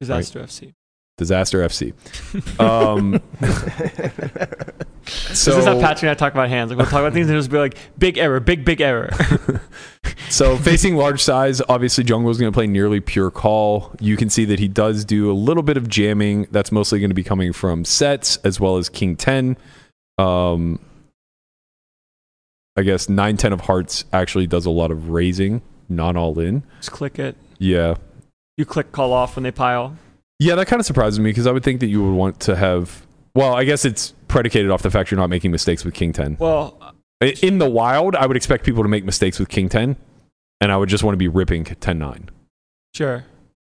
Disaster FC. disaster fc um, so this is how Patrick and I talk about hands. Like we'll talk about things and just be like, big error, big, big error. So facing large size, obviously Jungle's going to play nearly pure call. You can see that he does do a little bit of jamming. That's mostly going to be coming from sets as well as King 10. Um, I guess 9 10 of hearts actually does a lot of raising, not all in. just click it. Yeah. You click call off when they pile. Yeah, that kind of surprises me because I would think that you would want to have. Well, I guess it's predicated off the fact you're not making mistakes with King 10. Well, I- In the wild, I would expect people to make mistakes with King 10, and I would just want to be ripping 10 9. sure.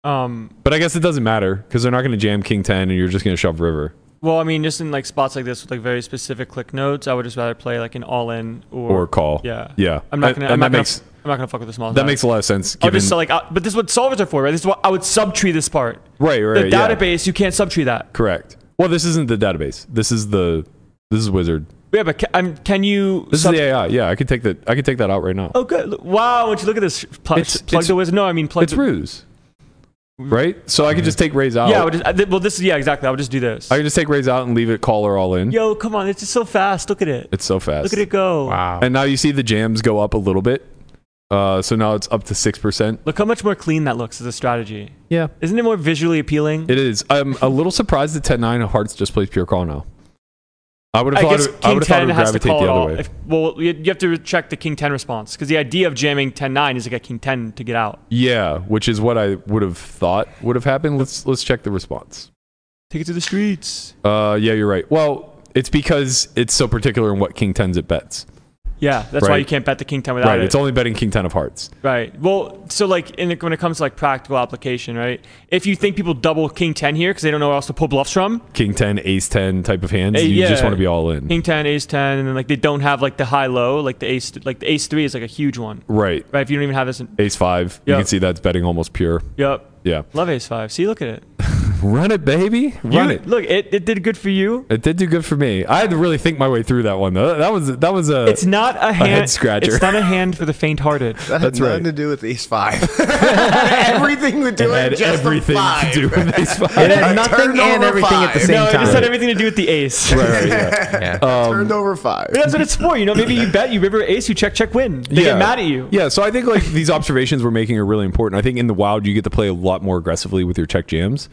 Um, But I guess it doesn't matter because they're not going to jam King 10 and you're just going to shove River. well, I mean, just in like spots like this with like very specific click notes, I would just rather play like an all in or, Or call. yeah. Yeah. I'm not And- gonna. and I'm that not gonna. makes I'm not gonna fuck with the small. that size. makes a lot of sense. I'll Given, just sell, like, I, but this is what solvers are for, right? This is what I would subtree this part. right, The right. yeah. database, you can't subtree that. Correct. Well, this isn't the database. This is the this is Wizard. Yeah, but can, um, can you? This sub- is the AI. Yeah, I could take that. I could take that out right now. Oh, good. Look- Wow, would you look at this? Plug, It's- plug it's- the wizard. No, I mean plug. it's the, ruse, right? So I could just take Rays out. Yeah, I would just, I, did- well, this is yeah, exactly. I would just do this. I could just take Rays out and leave it caller all in. Yo, come on, it's just so fast. Look at it. It's so fast. Look at it go. Wow. And now you see the jams go up a little bit. Uh, so now it's up to six percent. Look how much more clean that looks as a strategy. Yeah, Isn't it more visually appealing? It is. I'm a little surprised that 10 9 of Hearts just plays pure call now. I would have I thought guess it, I King would have thought it Ten would has to gravitate call it the all. other way. If, well, you, you have to check the King Ten response because the idea of jamming 10-9 is to get King Ten to get out. yeah, which is what I would have thought would have happened. Let's let's check the response. Take it to the streets. Uh, yeah, you're right. Well, it's because it's so particular in what King 10s it bets. Yeah, that's why Right. you can't bet the King Ten without right. it. It's only betting King 10 of Hearts. Right. Well, so like in when it comes to like practical application, right? If you think people double king ten here because they don't know where else to pull bluffs from, King 10, Ace 10 type of hands. Hey, you just yeah. want to be all in. king ten, ace ten, and then like they don't have like the high low, like the ace, like the ace three is like a huge one, right. right? If you don't even have this, in, Ace 5. You Yeah. can see that's betting almost pure. yep, Yeah. love ace five. See, look at it. Run it, baby. Run You- it. Look, it, it did good for you. It did do good for me. I had to really think my way through that one though. That was that was a It's not a hand scratcher. It's not a hand for the faint-hearted. That That's had nothing right. to do with Ace Five. everything to do It with had just the everything to five. do with these five. It had I nothing turned over and everything at the five. same No, it time. just had everything to do with the ace. Right, right, yeah. yeah. um, Turned over five. That's what it's for. You know, maybe you bet, you river ace, you check, check, win. They get mad at you. Yeah, so I think like these observations we're making are really important. I think in the wild you get to play a lot more aggressively with your check jams,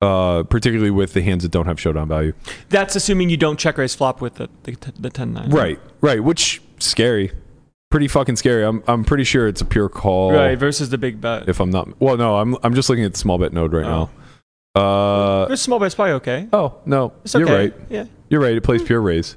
uh, particularly with the hands that don't have showdown value. That's assuming you don't check raise flop with the the, the ten nine. Right, right, which scary, pretty fucking scary. I'm I'm pretty sure it's a pure call. Right, versus the big bet. If I'm not, well, no, I'm I'm just looking at the small bet node right Oh. now. Uh, There's small bet's probably okay. oh no, It's okay. you're right. Yeah. You're right. It plays pure raise.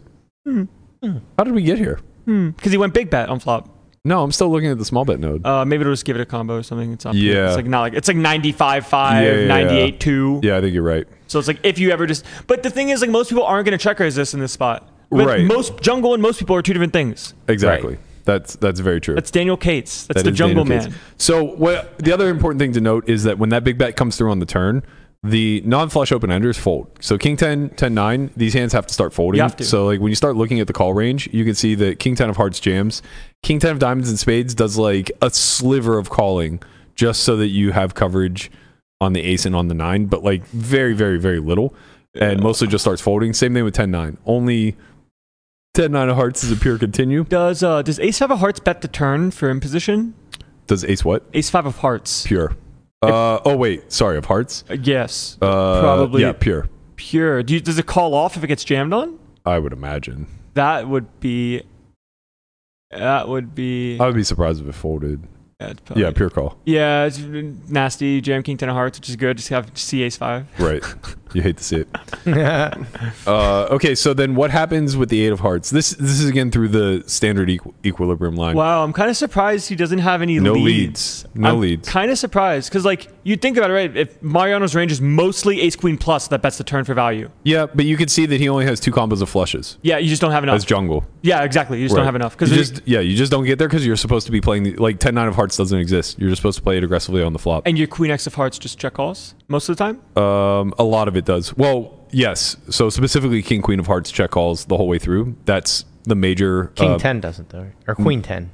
How did we get here? Because he went big bet on flop. No, I'm still looking at the small bet node. Uh, maybe it'll just give it a combo or something. It's not. Yeah. It's like not like it's like 95 5, Yeah, yeah, yeah. 98 2. yeah, I think you're right. So it's like if you ever just. But the thing is, like most people aren't going to check raise this in this spot. But Right. Most jungle and most people are two different things. Exactly. That's that's very true. That's Daniel Cates. That's That the is Daniel jungle man. Cates. So what the other important thing to note is that when that big bet comes through on the turn, the non-flush open enders fold. So king 10, 10 9, these hands have to start folding. You have to. So like when you start looking at the call range, you can see that king 10 of hearts jams, king 10 of diamonds and spades does like a sliver of calling just so that you have coverage on the ace and on the 9, but like very very very little and mostly just starts folding. Same thing with 10 9. Only 10 9 of hearts is a pure continue. Does uh does Ace Five of Hearts bet the turn for imposition? Does ace what? Ace Five of Hearts. Pure. Uh, oh wait, sorry, of hearts. Uh, yes. Uh, Probably yeah, pure. pure. Do you, does it call off if it gets jammed on? I would imagine. That would be That would be. I would be surprised if it folded. yeah, it's probably- Oh, Yeah, pure call. Yeah, it's nasty. Jam King Ten of Hearts, which is good. Just have C Ace five. Right. you hate to see it. Uh, okay, so then what happens with the eight of hearts? This this is again through the standard equ- equilibrium line. Wow, I'm kind of surprised he doesn't have any No leads. leads. No I'm leads. Kind of surprised because like you think about it, right? If Mariano's range is mostly Ace Queen plus, that bets the turn for value. Yeah, but you can see that he only has two combos of flushes Yeah, you just don't have enough. as jungle. yeah, exactly. Ah. You just Right. don't have enough because You just yeah, you just don't get there because you're supposed to be playing the, like 10 9 of hearts doesn't exist. You're just supposed to play it aggressively on the flop. and your Queen X of Hearts just check calls most of the time. Um, a lot of it does. Well, yes. So specifically king queen of hearts check calls the whole way through. That's the major King uh, 10 doesn't, though. Or Queen 10.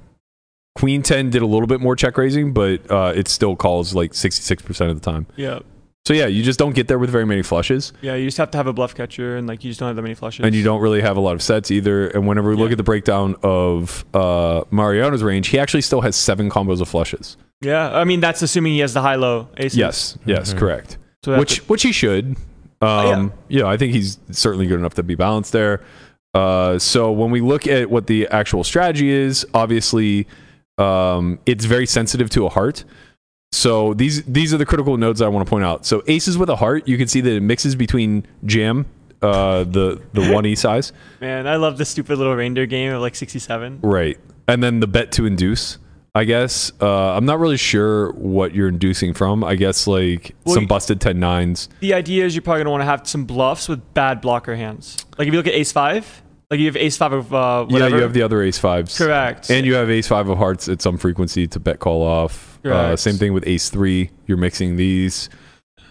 Queen 10 did a little bit more check raising, but uh, it still calls like 66% of the time. Yeah, So yeah, you just don't get there with very many flushes. yeah. You just have to have a bluff catcher, and like you just don't have that many flushes. And you don't really have a lot of sets either. And whenever we look Yeah. at the breakdown of uh, Mariano's range, he actually still has seven combos of flushes. Yeah, I mean that's assuming he has the high low aces. Yes, yes, correct. So that's Oh, which which he should. Um, yeah. I think he's certainly good enough to be balanced there. Uh, so when we look at what the actual strategy is, obviously, um, it's very sensitive to a heart. So these these are the critical nodes I want to point out. So aces with a heart, you can see that it mixes between jam, uh, the the one e size, Man, I love this stupid little reindeer game of like 67. right, and then the bet to induce. I guess uh, I'm not really sure what you're inducing from. I guess like Well, some you- busted ten nines. The idea is you're probably gonna want to have some bluffs with bad blocker hands. Like if you look at ace five, like you have ace five of uh, whatever. Yeah, you have the other ace fives. Correct. And you have ace five of hearts at some frequency to bet call off. Uh, Correct. same thing with ace three. You're mixing these.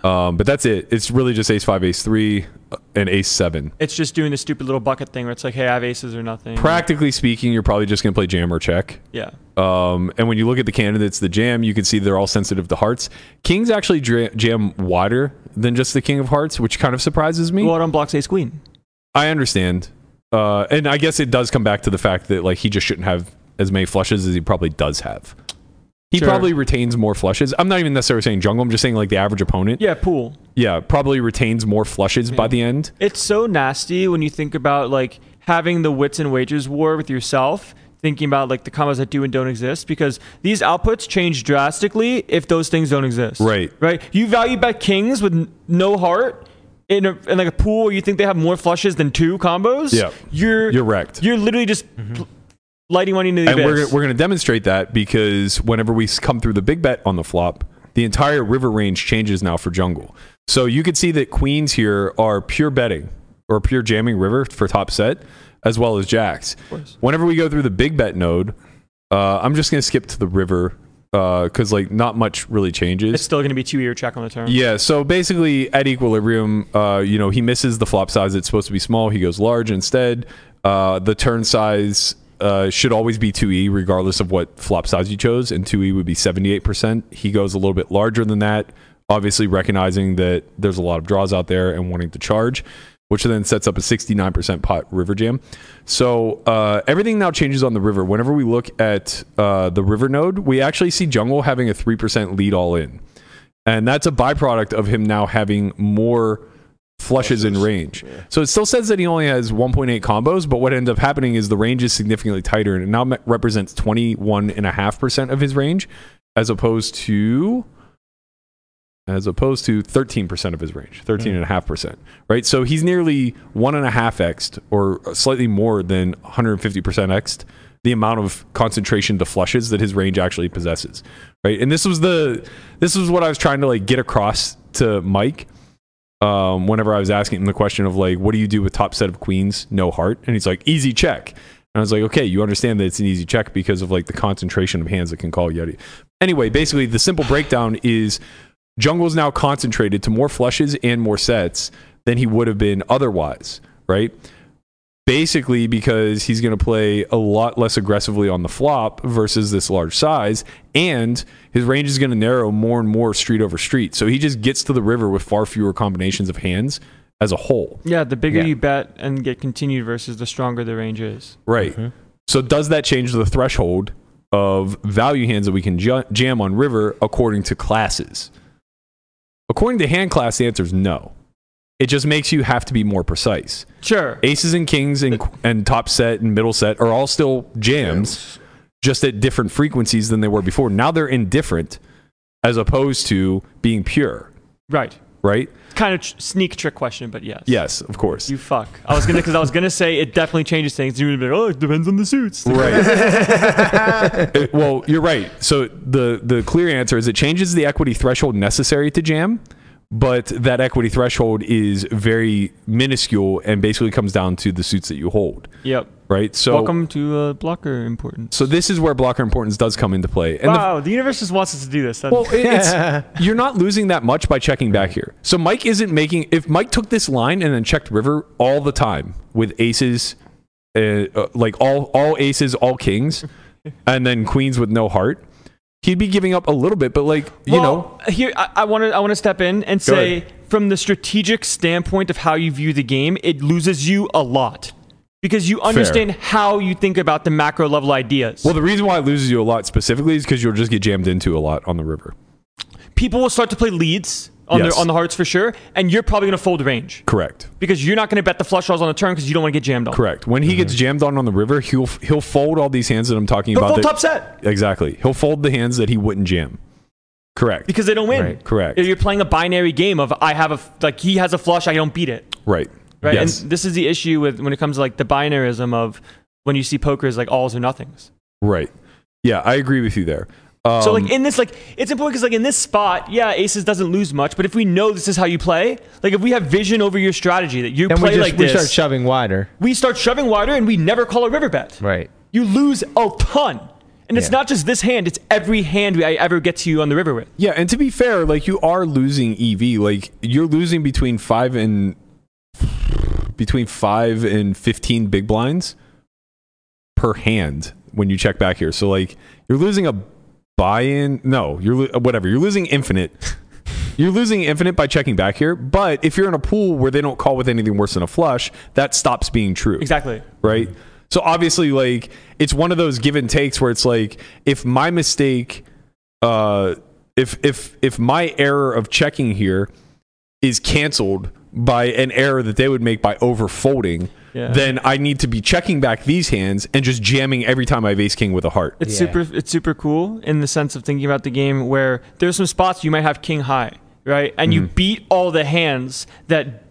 Um, but that's it. It's really just ace five, ace three, uh, and ace seven. it's just doing the stupid little bucket thing where it's like, hey, I have aces or nothing. Practically speaking, you're probably just going to play jam or check. yeah. Um, and when you look at the candidates, the jam, you can see they're all sensitive to hearts. Kings actually dra- jam wider than just the king of hearts, which kind of surprises me. Well, it unblocks ace queen. I understand. Uh, and I guess it does come back to the fact that like he just shouldn't have as many flushes as he probably does have. He Sure. probably retains more flushes. I'm not even necessarily saying jungle. I'm just saying like the average opponent. Yeah, pool. Yeah, probably retains more flushes by the end. It's so nasty when you think about like having the wits and wages war with yourself, thinking about like the combos that do and don't exist, because these outputs change drastically if those things don't exist. Right. Right. You value bet kings with n- no heart. In, a, in like a pool, where you think they have more flushes than two combos. Yeah. you're You're wrecked. You're literally just pl- lighting money into the and we're abyss. gonna- we're going to demonstrate that because whenever we s- come through the big bet on the flop, the entire river range changes now for jungle. So you can see that queens here are pure betting or pure jamming river for top set, as well as jacks. Whenever we go through the big bet node, uh, I'm just going to skip to the river because like not much really changes. it's still gonna be two ear check on the turn. Yeah, so basically at equilibrium, uh, you know, he misses the flop size. It's supposed to be small. He goes large instead. Uh, the turn size uh, should always be 2E, regardless of what flop size you chose. And 2E would be 78%. He goes a little bit larger than that, obviously recognizing that there's a lot of draws out there and wanting to charge, which then sets up a 69% pot river jam. So uh, everything now changes on the river. Whenever we look at uh, the river node, we actually see Jungle having a 3% lead all in and that's a byproduct of him now having more flushes in range. So it still says that he only has 1.8 combos, but what ends up happening is the range is significantly tighter, and it now me- represents 21.5% of his range, as opposed to as opposed to 13% of his range, 13.5%, right? So he's nearly one and a half xed or slightly more than 150% xed the amount of concentration to flushes that his range actually possesses, right? And this was the, this was what I was trying to like get across to Mike um, whenever I was asking him the question of like, what do you do with top set of queens, no heart? And he's like, easy check. And I was like, okay, you understand that it's an easy check because of like the concentration of hands that can call Yeti. Anyway, basically, the simple breakdown is Jungle's now concentrated to more flushes and more sets than he would have been otherwise, right? Basically, because he's going to play a lot less aggressively on the flop versus this large size, and his range is going to narrow more and more street over street. So he just gets to the river with far fewer combinations of hands as a whole, Yeah, the bigger Yeah. you bet and get continued versus the stronger the range is. right? So, does that change the threshold of value hands that we can ju- jam on river according to classes? According to hand class, the answer is no. It just makes you have to be more precise. Sure. Aces and kings and and top set and middle set are all still jams, just at different frequencies than they were before. Now they're indifferent, as opposed to being pure. Right. Right? Kind of tr- sneak trick question, but yes. Yes, of course. You fuck. I was gonna because I was gonna say it definitely changes things. You're gonna be like, oh, it depends on the suits. Right. It- well, you're right. So the the clear answer is it changes the equity threshold necessary to jam, but that equity threshold is very minuscule and basically comes down to the suits that you hold, Yep. right? So Welcome to uh, blocker importance. so this is where blocker importance does come into play. And the, wow, the, universe just wants us to do this. That's- well, it- it's you're not losing that much by checking back here. So Mike isn't making if Mike took this line and then checked river all the time with aces uh, uh, like all all aces, all kings, and then queens with no heart, he'd be giving up a little bit. But like you know, Well, here I want to I want to step in and Go say, ahead. from the strategic standpoint of how you view the game, it loses you a lot because you understand how you think about the macro level ideas. well, the reason why it loses you a lot specifically is because you'll just get jammed into a lot on the river. People will start to play leads on Yes. their on the hearts for sure, and you're probably going to fold range Correct. because you're not going to bet the flush draws on the turn because you don't want to get jammed on. Correct. When he gets jammed on on the river, he'll he'll fold all these hands that I'm talking He'll about. fold that- top set Exactly. He'll fold the hands that he wouldn't jam. Correct. because they don't win. Right, correct. You're playing a binary game of I have a f- like he has a flush, I don't beat it. right. right? Yes. And this is the issue with when it comes to like the binarism of when you see poker is like alls or nothings. right. Yeah, I agree with you there. Um, So like in this like it's important because like in this spot, yeah, aces doesn't lose much, but if we know this is how you play, like if we have vision over your strategy that you Then we play just like we this, start shoving wider. we start shoving wider and we never call a river bet. Right. You lose a ton. And it's Yeah. not just this hand, it's every hand I ever get to you on the river with. yeah, and to be fair, like you are losing EV. Like you're losing between five and between five and fifteen big blinds per hand when you check back here. So like you're losing a buy-in. No, you're lo- whatever. You're losing infinite. You're losing infinite by checking back here, but if you're in a pool where they don't call with anything worse than a flush, that stops being true. Exactly. right? So obviously, like it's one of those give and takes where it's like if my mistake, uh, if if if my error of checking here is canceled by an error that they would make by overfolding, Yeah. then I need to be checking back these hands and just jamming every time I have ace king with a heart. It's Yeah. super it's super cool in the sense of thinking about the game where there's some spots you might have king high, right? And you beat all the hands that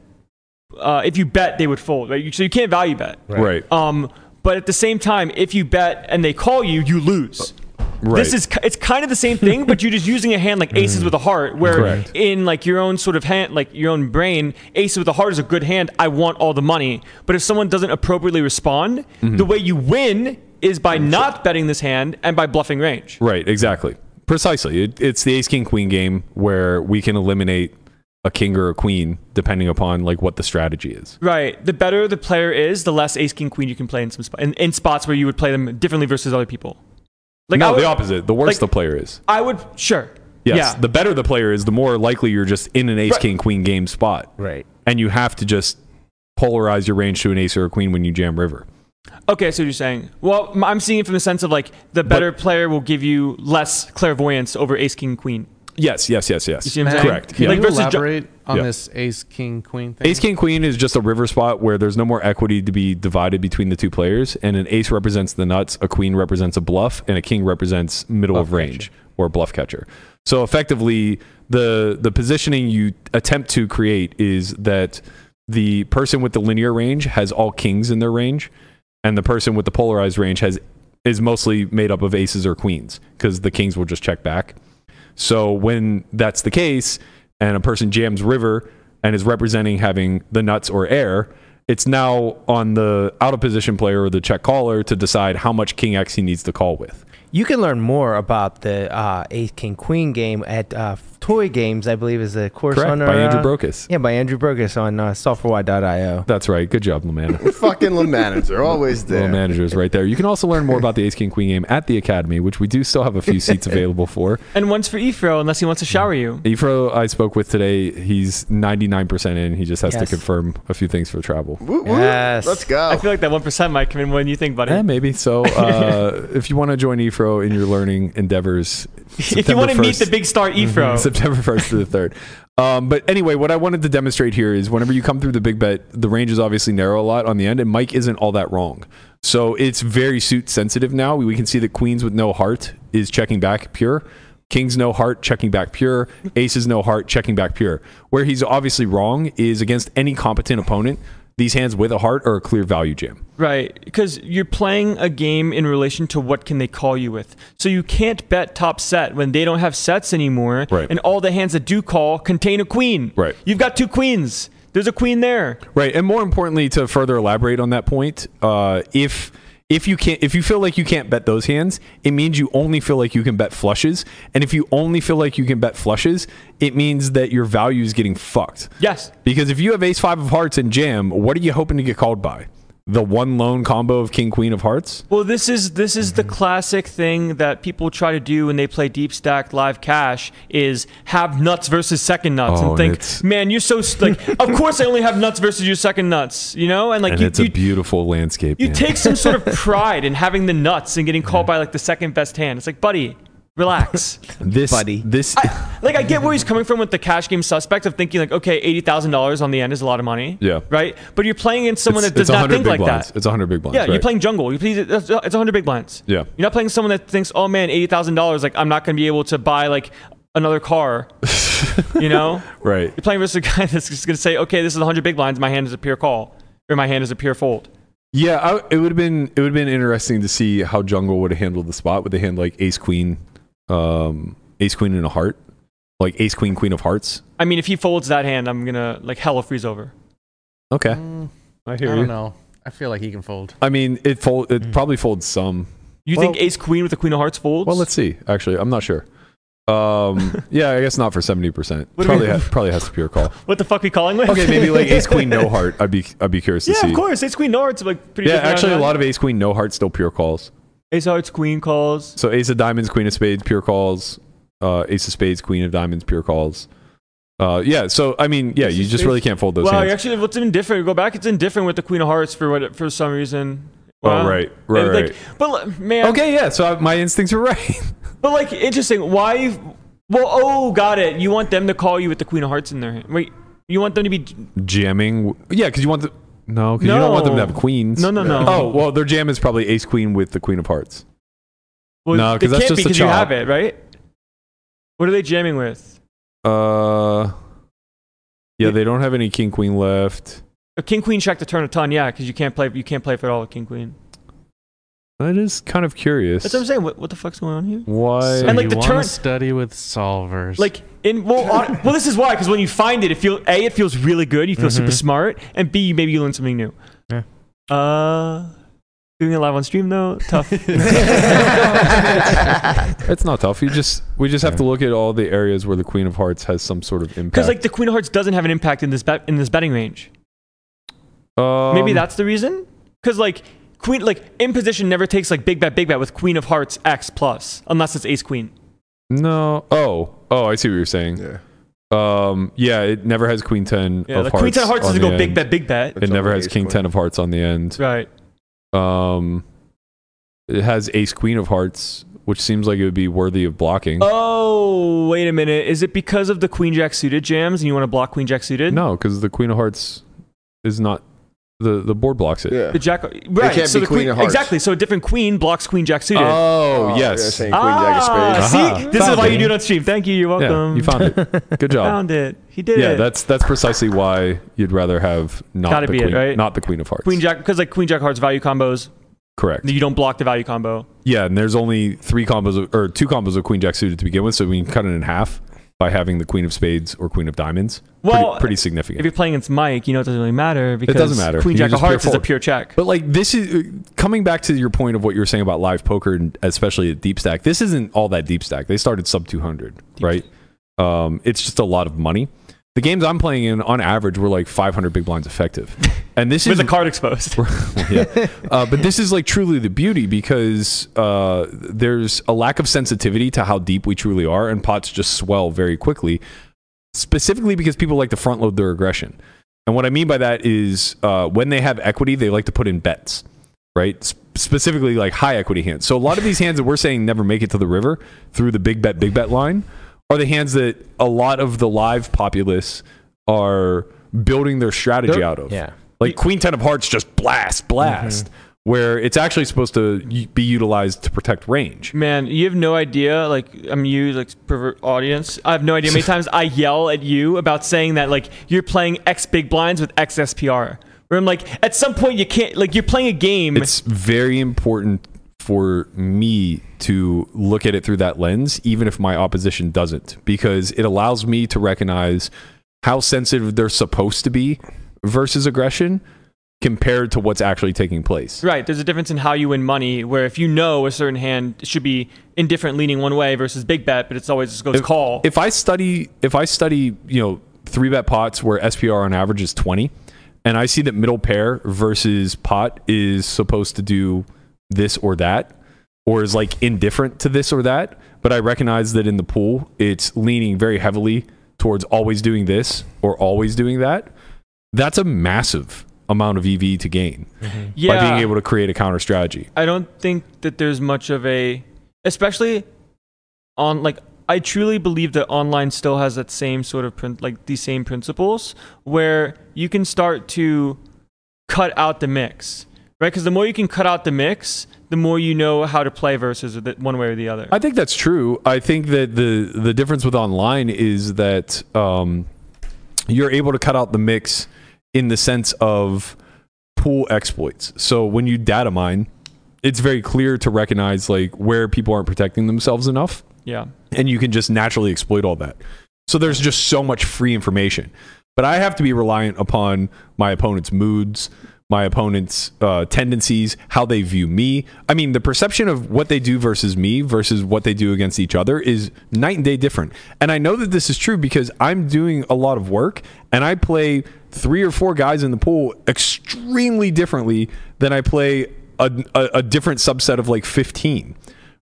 uh, if you bet they would fold, right? You- So you can't value bet. Right. Um but at the same time, if you bet and they call you, you lose. right. Mm. This is ki- it's kind of the same thing, but you're just using a hand like aces with a heart, where Correct. in like your own sort of hand, like your own brain, aces with a heart is a good hand. I want all the money, but if someone doesn't appropriately respond, Mm-hmm. the way you win is by not betting this hand and by bluffing range. Right, exactly. Precisely. It, it's the ace king queen game where we can eliminate a king or a queen depending upon like what the strategy is. Right. The better the player is, the less ace king queen you can play in some spot in, in spots where you would play them differently versus other people. Like I no, would, the opposite. The worse like- the player is. I would sure. Yes. Yeah. The better the player is, the more likely you're just in an ace Right. king queen game spot. Right. And you have to just polarize your range to an ace or a queen when you jam river. Okay, so you're saying. Well, m- I'm seeing it from the sense of like the better player will give you less clairvoyance over ace king queen. Yes, yes, yes, yes. You see what I'm saying? Correct. Can yeah. Like you versus Jo- elaborate on Yeah. this ace king queen thing? Ace King Queen is just a river spot where there's no more equity to be divided between the two players, and an ace represents the nuts, a queen represents a bluff, and a king represents middle of range or bluff catcher. So effectively, the the positioning you attempt to create is that the person with the linear range has all kings in their range, and the person with the polarized range has is mostly made up of aces or queens because the kings will just check back. So when that's the case, and a person jams river and is representing having the nuts or air, it's now on the out of position player or the check caller to decide how much king x he needs to call with. You can learn more about the uh, Ace King Queen game at uh, Toy Games, I believe, is the course Correct on by our, Andrew uh, Brokus. Yeah, by Andrew Brokus on uh, softwarewide.io. That's right. Good job, Lamanna. Fucking Le Manager, always Little there. managers right there. You can also learn more about the Ace King Queen game at the Academy, which we do still have a few seats available for. And one's for Ephro, unless he wants to shower you. Ifro I spoke with today, he's 99% in. He just has to Yes. confirm a few things for travel. Woo, woo. Yes. Let's go. I feel like that one percent might come in when you think, buddy. Yeah, Eh, maybe. So, uh, if you want to join Ifro in your learning endeavors, if you want to September Mm-hmm. meet the 1st. big star Ephro, September 1st to the 3rd. Um, but anyway, what I wanted to demonstrate here is whenever you come through the big bet, the range is obviously narrow a lot on the end, and Mike isn't all that wrong. So it's very suit sensitive now. We, we can see that Queens with no heart is checking back pure. Kings no heart, checking back pure. Aces no heart, checking back pure. Where he's obviously wrong is against any competent opponent. These hands with a heart are a clear value jam. Right, because you're playing a game in relation to what can they call you with. So you can't bet top set when they don't have sets anymore, Right. and all the hands that do call contain a queen. Right. You've got two queens. There's a queen there. Right, and more importantly, to further elaborate on that point, uh, if if you can't, if you feel like you can't bet those hands, it means you only feel like you can bet flushes, and if you only feel like you can bet flushes, it means that your value is getting fucked. Yes. Because if you have Ace Five of Hearts and Jam, what are you hoping to get called by? The one lone combo of King Queen of Hearts. Well, this is this is Mm-hmm. the classic thing that people try to do when they play deep stack live cash is have nuts versus second Oh, nuts and and think, it's- man, you're so s- like, of course I only have nuts versus your second nuts, you know, and like And you, it's you a beautiful landscape. you man. take some sort of pride in having the nuts and getting called by like the second best hand. It's like, buddy, relax. this, buddy. This like I get where he's coming from with the cash game suspect of thinking like, okay, eighty thousand dollars on the end is a lot of money. Yeah. Right. But you're playing against someone it's, that it's does not 100 think big like blinds. that. It's hundred big blinds. Yeah, right. you're playing jungle. You please, it's it's 100 big blinds. Yeah. You're not playing someone that thinks, oh man, eighty thousand dollars. Like I'm not going to be able to buy like another car. you know. right. You're playing versus a guy that's just going to say, okay, this is 100 big blinds. My hand is a pure call, or my hand is a pure fold. Yeah, I, it would have been it would have been interesting to see how Jungle would have handled the spot. Would they handle like Ace Queen, um, Ace Queen and a heart, like Ace Queen Queen of Hearts? I mean, if he folds that hand, I'm gonna like hella freeze over. Okay, Mm, I I hear don't you. Mm. know. I feel like he can fold. I mean, it fold it probably folds some. You think Well- Ace Queen with the Queen of Hearts folds? Well, let's see. Actually, I'm not sure. Um, yeah, I guess not for seventy percent. Probably ha- probably has to pure call. what the fuck we calling with? Okay, maybe like Ace Queen no heart. I'd be I'd be curious to yeah, see. of course. Ace Queen no hearts like pretty. Yeah, different actually, a hand. lot of Ace Queen no heart still pure calls. Ace hearts Queen calls. So Ace of Diamonds, Queen of Spades, pure calls. Uh, Ace of Spades, Queen of Diamonds, pure calls. Uh, yeah. So I mean, yeah, you just really can't fold those Wow, hands. you actually, what's indifferent? Go back. It's indifferent with the Queen of Hearts for what for some reason. Wow. Oh right, right, And, right. like, but like, man, okay, yeah. So I, my instincts were right. But like, interesting. Why? Well, oh, got it. You want them to call you with the Queen of Hearts in their hand. Wait, you want them to be? Jamming. Yeah, because you want the no, because you don't want them to No. have queens. No, no, no. Oh well, their jam is probably Ace Queen with the Queen of Hearts. Well, No, 'cause they that's can't just a because you chop. have it, right? What are they jamming with? Uh, yeah, they don't have any King Queen left. A King Queen check to turn a ton, yeah, because you can't play. You can't play for all with King Queen. That is kind of curious. That's what I'm saying. What, what the fuck's going on here? Why? So And, like, you the wanna turn- study with solvers. Like in well, on, well, this is why because when you find it, it feel a it feels really good. You feel Mm-hmm. super smart, and b maybe you learn something new. Yeah. Uh, doing it live on stream though, tough. It's not tough. You just we just have to look at all the areas where the Queen of Hearts has some sort of impact. Because like the Queen of Hearts doesn't have an impact in this bet in this betting range. Um, Maybe that's the reason. Because like Queen, like imposition never takes like big bet, big bet with Queen of Hearts X plus unless it's Ace Queen. no. Oh, oh, I see what you're saying. Yeah. Um, yeah, it never has Queen Ten Yeah, of like Hearts. Queen Ten of Hearts on doesn't the go big end. bet, big bet. It never It's has always King Queen. Ten of Hearts on the end. Right. Um, it has Ace Queen of Hearts, which seems like it would be worthy of blocking. Oh wait a minute. Is it because of the Queen Jack suited jams and you want to block Queen Jack suited? no, because the Queen of Hearts is not the the board blocks it. Yeah. The Jack. Right. can't so be Queen the queen, of Hearts. Exactly. So a different Queen blocks Queen Jack suited. Oh, Oh, yeah, yes. Uh-huh. same. Queen Jack of ah, Spades. see, Aha. this is Found why it. you do it on stream. Thank you. You're Yeah, welcome. you found it. Good job. Found it. He did yeah, it. that's that's precisely why you'd rather have not Gotta the be it, queen, right? not the queen of hearts. Queen Jack because like Queen Jack Hearts value combos. correct. You don't block the value combo. yeah, and there's only three combos of, or two combos of queen jack suited to begin with, so we can cut it in half by having the queen of spades or queen of diamonds. Pretty- Well, pretty, significant. If you're playing against Mike, you know it doesn't really matter because doesn't matter. Queen You Jack just of pure Hearts is a fold. pure check. But like this is uh, coming back to your point of what you were saying about live poker and especially at deep stack. This isn't all that deep stack. They started sub 200, right? Um, it's just a lot of money. The games I'm playing in on average were like 500 big blinds effective. And this is with a card exposed. yeah. Uh, but this is like truly the beauty because uh, there's a lack of sensitivity to how deep we truly are, and pots just swell very quickly, specifically because people like to front load their aggression. And what I mean by that is uh, when they have equity, they like to put in bets, right? S- specifically like high equity hands. So a lot of these hands that we're saying never make it to the river through the big bet, big bet line are the hands that a lot of the live populace are building their strategy They're- out of. yeah. Like Queen Ten of Hearts just blast, blast, where it's actually supposed to y- be utilized to protect range. Man, you have no idea. Like, I'm you, like pervert audience. I have no idea how many times I yell at you about saying that like you're playing X big blinds with X SPR. Where I'm like, at some point you can't like you're playing a game. It's very important for me to look at it through that lens, even if my opposition doesn't, because it allows me to recognize how sensitive they're supposed to be versus aggression compared to what's actually taking place. right. There's a difference in how you win money. Where if you know a certain hand should be indifferent, leaning one way versus big bet, but it's always just goes call. If I study, if I study, you know, three bet pots where SPR on average is twenty, and I see that middle pair versus pot is supposed to do this or that, or is like indifferent to this or that, but I recognize that in the pool it's leaning very heavily towards always doing this or always doing that. That's a massive amount of EV to gain yeah. by being able to create a counter strategy. I don't think that there's much of a, especially on like I truly believe that online still has that same sort of prin- like these same principles where you can start to cut out the mix, right? Because the more you can cut out the mix, the more you know how to play versus the, one way or the other. I think that's true. I think that the the difference with online is that um, you're able to cut out the mix in the sense of pool exploits. So when you data mine, it's very clear to recognize like where people aren't protecting themselves enough yeah, and you can just naturally exploit all that. So there's just so much free information. But I have to be reliant upon my opponent's moods, my opponent's uh, tendencies, how they view me. I mean, the perception of what they do versus me versus what they do against each other is night and day different. And I know that this is true because I'm doing a lot of work and I play three or four guys in the pool extremely differently than I play a, a, a different subset of like 15,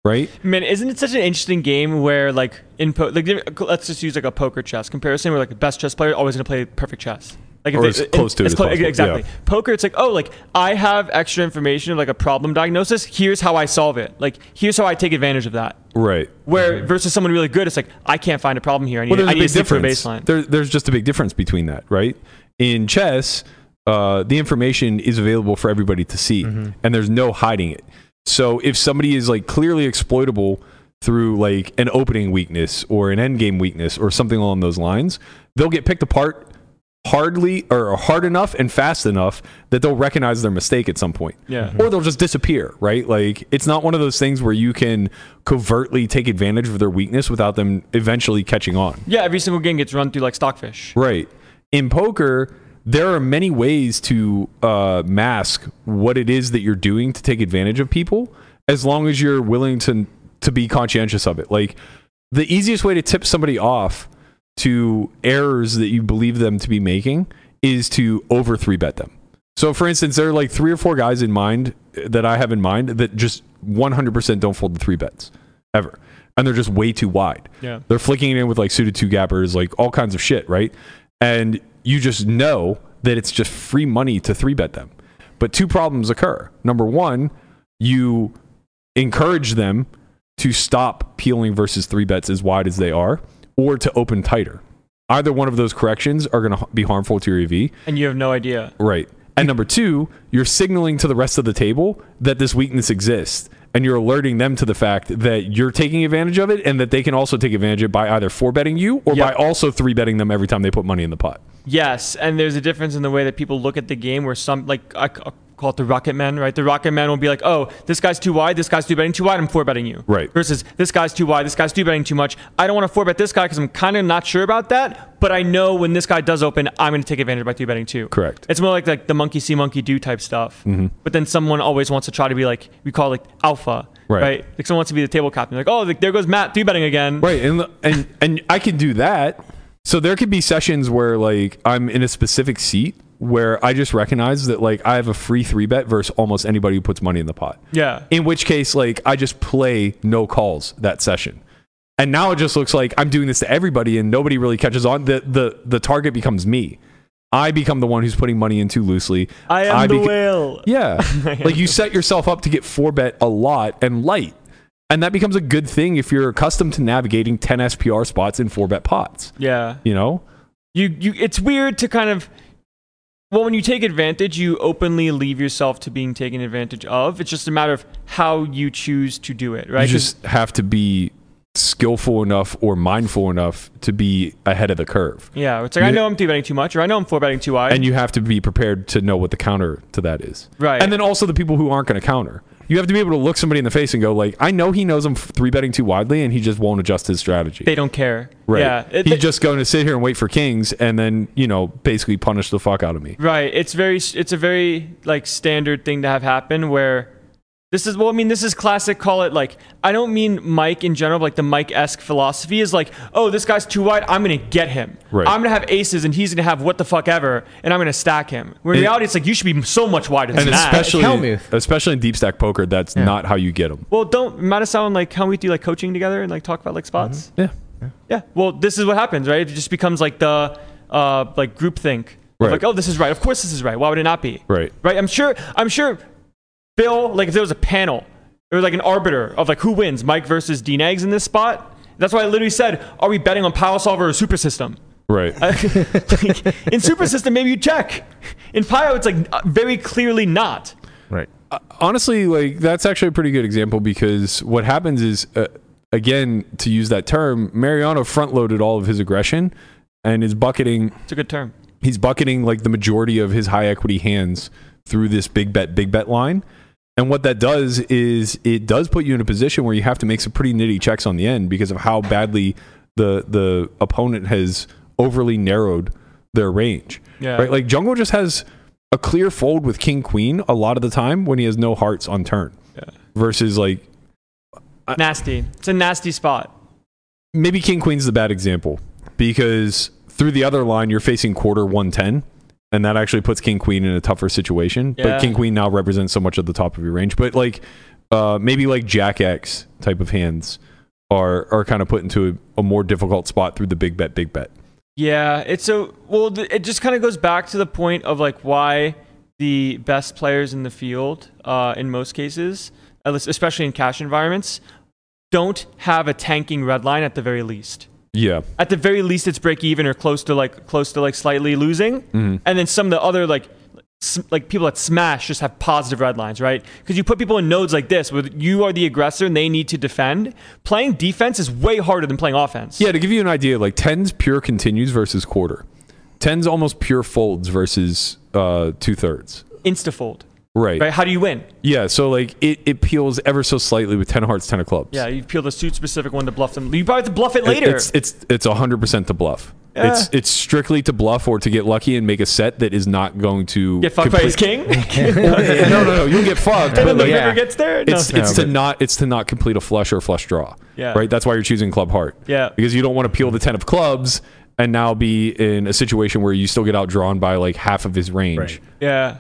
right? man, isn't it such an interesting game where like in po- like let's just use like a poker chess comparison where like the best chess player is always gonna play perfect chess. Like if Or they- as close to it as as possible, exactly. yeah. Poker, it's like, oh, like I have extra information of like a problem diagnosis. Here's how I solve it. Like here's how I take advantage of that. Right. Where versus someone really good, it's like I can't find a problem here. I need, Mm-hmm. Well, there's I a need to big stick to a difference. baseline. There, there's just a big difference between that, right? In chess, uh, the information is available for everybody to see, Mm-hmm. and there's no hiding it. So if somebody is like clearly exploitable through like an opening weakness or an endgame weakness or something along those lines, they'll get picked apart hardly or hard enough and fast enough that they'll recognize their mistake at some point. Yeah. Or they'll just disappear, right? Like it's not one of those things where you can covertly take advantage of their weakness without them eventually catching on. yeah, every single game gets run through like stockfish. Right. In poker, there are many ways to uh, mask what it is that you're doing to take advantage of people, as long as you're willing to to be conscientious of it. Like the easiest way to tip somebody off to errors that you believe them to be making is to over three bet them. So, for instance, there are like three or four guys in mind uh, that I have in mind that just 100% don't fold the three bets ever. And they're just way too wide. Yeah. They're flicking it in with like suited two gappers, like all kinds of shit, right? And you just know that it's just free money to three bet them. But two problems occur. Number one, you encourage them to stop peeling versus three bets as wide as they are or to open tighter. Either one of those corrections are going to be harmful to your E EV. And you have no idea. Right. And number two, you're signaling to the rest of the table that this weakness exists. And you're alerting them to the fact that you're taking advantage of it and that they can also take advantage of it by either four betting you or Yep. by also three betting them every time they put money in the pot. Yes, and there's a difference in the way that people look at the game where some, like, I c- I call it the rocket men, right? The rocket men will be like, oh, this guy's too wide, this guy's too betting too wide, I'm four betting you. Right. Versus, this guy's too wide, this guy's too betting too much. I don't want to four bet this guy because I'm kind of not sure about that, but I know when this guy does open, I'm going to take advantage by three betting too. Correct. Mm-hmm. It's more like, like the monkey see, monkey do type stuff. But then someone always wants to try to be like, we call it like alpha, Right. Like someone wants to be the table captain. Like, oh, like, there goes Matt three betting again. Right. And and and I can do that. So there could be sessions where like I'm in a specific seat where I just recognize that like I have a free three bet versus almost anybody who puts money in the pot. Yeah. In which case, like, I just play no calls that session. And now it just looks like I'm doing this to everybody and nobody really catches on. The, the, the target becomes me. I become the one who's putting money in too loosely. I am the beca- whale. Yeah. like, you set yourself up to get four bet a lot and light. And that becomes a good thing if you're accustomed to navigating 10 SPR spots in four bet pots, Yeah. you know? you you it's weird to kind of well when you take advantage you openly leave yourself to being taken advantage of it's just a matter of how you choose to do it right you 'Cause- just have to be skillful enough or mindful enough to be ahead of the curve. yeah it's like i you- know i'm three betting too much or i know i'm four betting too wide And you have to be prepared to know what the counter to that is. Right. And then also the people who aren't going to counter. You have to be able to look somebody in the face and go like, "I know he knows I'm f- three betting too widely and he just won't adjust his strategy." they don't care right. yeah It- He's just going to sit here and wait for kings and then, you know, basically punish the fuck out of me. Right. It's very. It's a very like standard thing to have happen where. This is well. I mean, this is classic. Call it like I don't mean Mike in general. But like the Mike-esque philosophy is like, oh, this guy's too wide. I'm gonna get him. Right. I'm gonna have aces, and he's gonna have what the fuck ever, and I'm gonna stack him. Where in It- reality, it's like you should be so much wider than And that. especially Hellmuth. especially in deep stack poker, that's not how you get them. well, don't might it sound like how we do like coaching together and like talk about like spots. Yeah. Yeah. Well, this is what happens, right? It just becomes like the uh like groupthink. Of Right. Like, oh, this is right. Of course, this is right. Why would it not be? Right. Right. I'm sure. I'm sure. Bill, like, if there was a panel or like an arbiter of like who wins, Mike versus D Nags in this spot. That's why I literally said, are we betting on Power Solver or Super System? Right. Like, in Super System, maybe you check. In Pio, it's like uh, very clearly not. Right. Uh, honestly, like that's actually a pretty good example because what happens is, uh, again, to use that term, Mariano front loaded all of his aggression and is bucketing. It's a good term. He's bucketing like the majority of his high equity hands through this big bet, big bet line. And what that does is it does put you in a position where you have to make some pretty nitty checks on the end because of how badly the the opponent has overly narrowed their range. Yeah. Right? Like Jungle just has a clear fold with King Queen a lot of the time when he has no hearts on turn. Yeah. Versus like nasty. It's a nasty spot. maybe King Queen's the bad example because through the other line you're facing quarter 110 and that actually puts King Queen in a tougher situation. Yeah. But King Queen now represents so much of the top of your range. But like uh, maybe like Jack X type of hands are are kind of put into a, a more difficult spot through the big bet big bet. Yeah, it's so well. th- It just kind of goes back to the point of like why the best players in the field, uh, in most cases, at least- especially in cash environments, don't have a tanking red line at the very least. Yeah. At the very least, it's break even or close to like close to like slightly losing, and then some of the other like. s- Like people that smash just have positive red lines, right? Because you put people in nodes like this where you are the aggressor and they need to defend. Playing defense is way harder than playing offense. Yeah, to give you an idea, like tens pure continues versus quarter, tens almost pure folds versus uh, two thirds. Instafold, Right. right? How do you win? Yeah. So like it, it peels ever so slightly with ten of hearts, ten of clubs. Yeah, you peel the suit specific one to bluff them. You probably have to bluff it It- later. It's it's it's hundred percent to bluff. Yeah. It's it's strictly to bluff or to get lucky and make a set that is not going to Get fucked by his complete- king, and no, no, no. You'll get fucked. but then the like, river Yeah. gets there. No. It's it's to not it's to not complete a flush or flush draw. Yeah. Right. That's why you're choosing club heart. Yeah. Because you don't want to peel the ten of clubs and now be in a situation where you still get outdrawn by like half of his range. Right. yeah,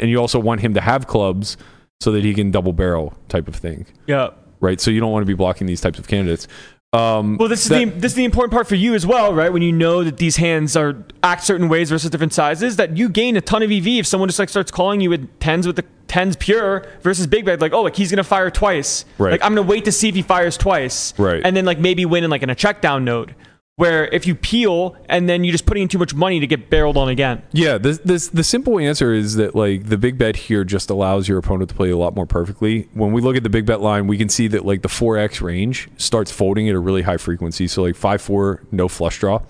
And you also want him to have clubs so that he can double barrel type of thing. yeah. Right. So you don't want to be blocking these types of candidates. Um, Well, this is That- the this is the important part for you as well, right? When you know that these hands are act certain ways versus different sizes, that you gain a ton of EV if someone just like starts calling you with tens with the tens pure versus big bet, like oh, like he's gonna fire twice. Right. Like I'm gonna wait to see if he fires twice. Right. And then like maybe win in like in a check down node, where if you peel and then you're just putting in too much money to get barreled on again. Yeah, this, this the simple answer is that like the big bet here just allows your opponent to play a lot more perfectly. When we look at the big bet line, we can see that like the four x range starts folding at a really high frequency. So like five four no flush draw,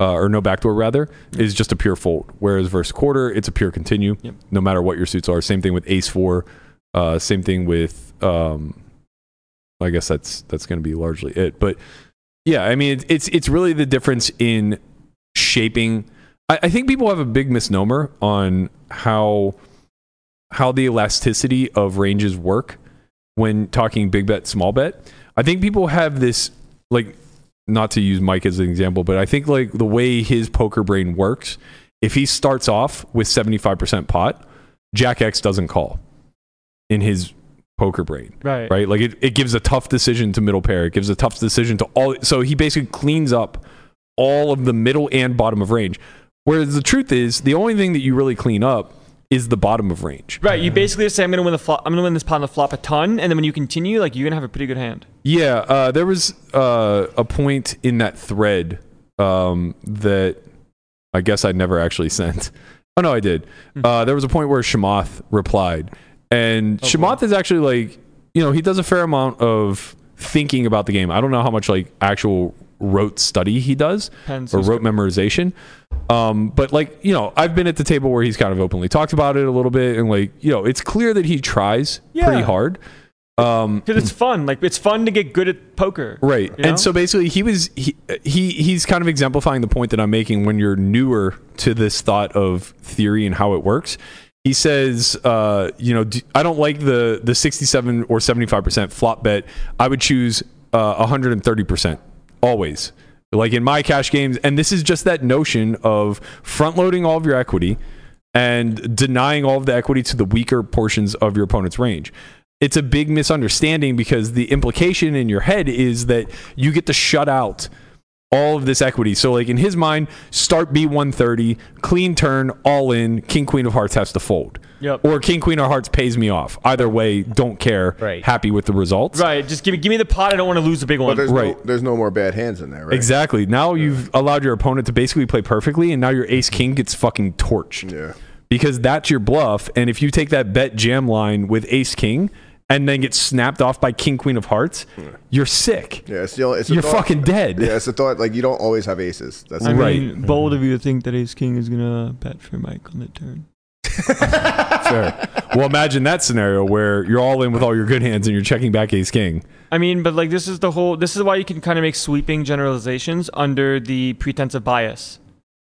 uh, or no backdoor rather, is just a pure fold. Whereas versus quarter, it's a pure continue, no matter what your suits are. Same thing with ace four. Uh, same thing with um, I guess that's that's going to be largely it. But yeah, I mean it, it's it's really the difference in shaping. I, I think people have a big misnomer on how how the elasticity of ranges work when talking big bet, small bet. I think people have this like not to use Mike as an example, but I think like the way his poker brain works, if he starts off with 75% pot, Jack X doesn't call in his poker brain Right. right? Like it, it gives a tough decision to middle pair. It gives a tough decision to all. So he basically cleans up all of the middle and bottom of range. Whereas the truth is, the only thing that you really clean up is the bottom of range. Right, you basically say I'm gonna win the flop. I'm gonna win this pot on the flop a ton, and then when you continue, like you're gonna have a pretty good hand. Yeah, uh, there was uh, a point in that thread um, that I guess I never actually sent. Oh no, I did. Uh, there was a point where Shamath replied, and Shamath is actually like, you know, he does a fair amount of thinking about the game. I don't know how much like actual rote study he does Depends or who's rote memorization. Um, but like, you know, I've been at the table where he's kind of openly talked about it a little bit, and like, you know, it's clear that he tries Yeah. pretty hard. Because it's fun. Like it's fun to get good at poker. Mm-hmm. right you know? and so basically he was he, he he's kind of exemplifying the point that i'm making when you're newer to this thought of theory and how it works he says uh, you know d- i don't like the the 67 or 75% flop bet i would choose uh, 130% always like in my cash games and this is just that notion of front loading all of your equity and denying all of the equity to the weaker portions of your opponent's range. It's a big misunderstanding because the implication in your head is that you get to shut out all of this equity. So, like in his mind, start B130, clean turn, all in, King Queen of Hearts has to fold. Yep. Or King Queen of Hearts pays me off. Either way, don't care. Right. Happy with the results. Right. Just give me give me the pot. I don't want to lose the big But one. there's no, Right. there's no more bad hands in there, right? Exactly. Now you've allowed your opponent to basically play perfectly, and now your ace king gets fucking torched. Yeah. because that's your bluff. And if you take that bet jam line with ace king and then get snapped off by king queen of hearts, you're sick. Yeah, it's the only, it's a You're thought- fucking dead. Yeah, it's a thought. Like you don't always have aces. That's I the- mean, Right. bold of you to think that Ace King is gonna bet for Mike on the turn. Fair. well, imagine that scenario where you're all in with all your good hands and you're checking back ace king. I mean, but like this is the whole. This is why you can kind of make sweeping generalizations under the pretense of bias,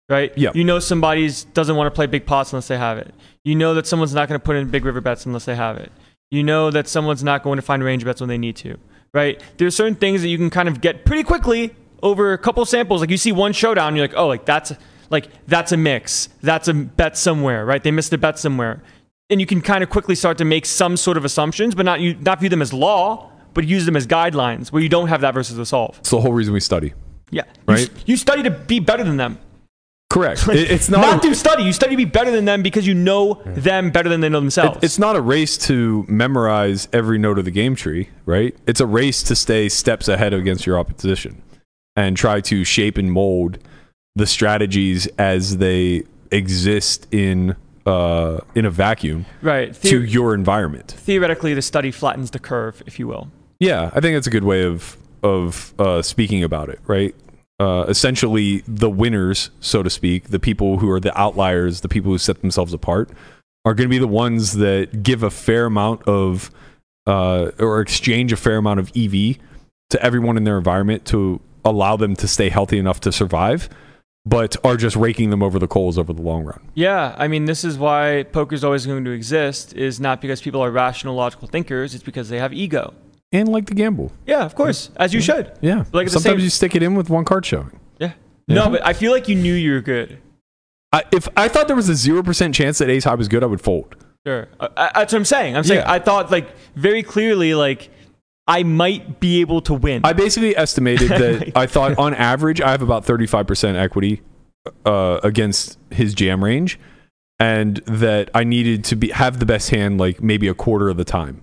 right? Yeah. You know somebody's doesn't want to play big pots unless they have it. You know that someone's not going to put in big river bets unless they have it. You know that someone's not going to find range bets when they need to, right? There's certain things that you can kind of get pretty quickly over a couple samples. Like you see one showdown, you're like, oh, like that's like that's a mix. That's a bet somewhere, right? They missed a bet somewhere. and you can kind of quickly start to make some sort of assumptions, but not you not view them as law, but use them as guidelines where you don't have that versus the solve. It's the whole reason we study. Yeah, You, Right. s- you study to be better than them. Correct. It- it's not. Not, a- through study. You study to be better than them because you know them better than they know themselves. It- it's not a race to memorize every note of the game tree, right? It's a race to stay steps ahead against your opposition and try to shape and mold the strategies as they exist in uh, in a vacuum right. The- to your environment. theoretically, the study flattens the curve, if you will. Yeah, I think that's a good way of of uh, speaking about it, right? Uh, essentially, the winners, so to speak, the people who are the outliers, the people who set themselves apart, are going to be the ones that give a fair amount of uh, or exchange a fair amount of EV to everyone in their environment to allow them to stay healthy enough to survive, but are just raking them over the coals over the long run. Yeah, I mean, this is why poker's always going to exist. Is not because people are rational, logical thinkers. It's because they have ego. Mm-hmm. And like to gamble, Yeah, of course, as you should. yeah. Like at the Sometimes same- you stick it in with one card showing. Mm-hmm. Yeah. No, but I feel like you knew you were good. I, if I thought there was a zero percent chance that Ace High was good, I would fold. Sure. Uh, I, that's what I'm saying. I'm saying Yeah. I thought like very clearly like I might be able to win. I basically estimated that I thought on average I have about 35% equity uh, against his jam range and that I needed to be have the best hand like maybe a quarter of the time.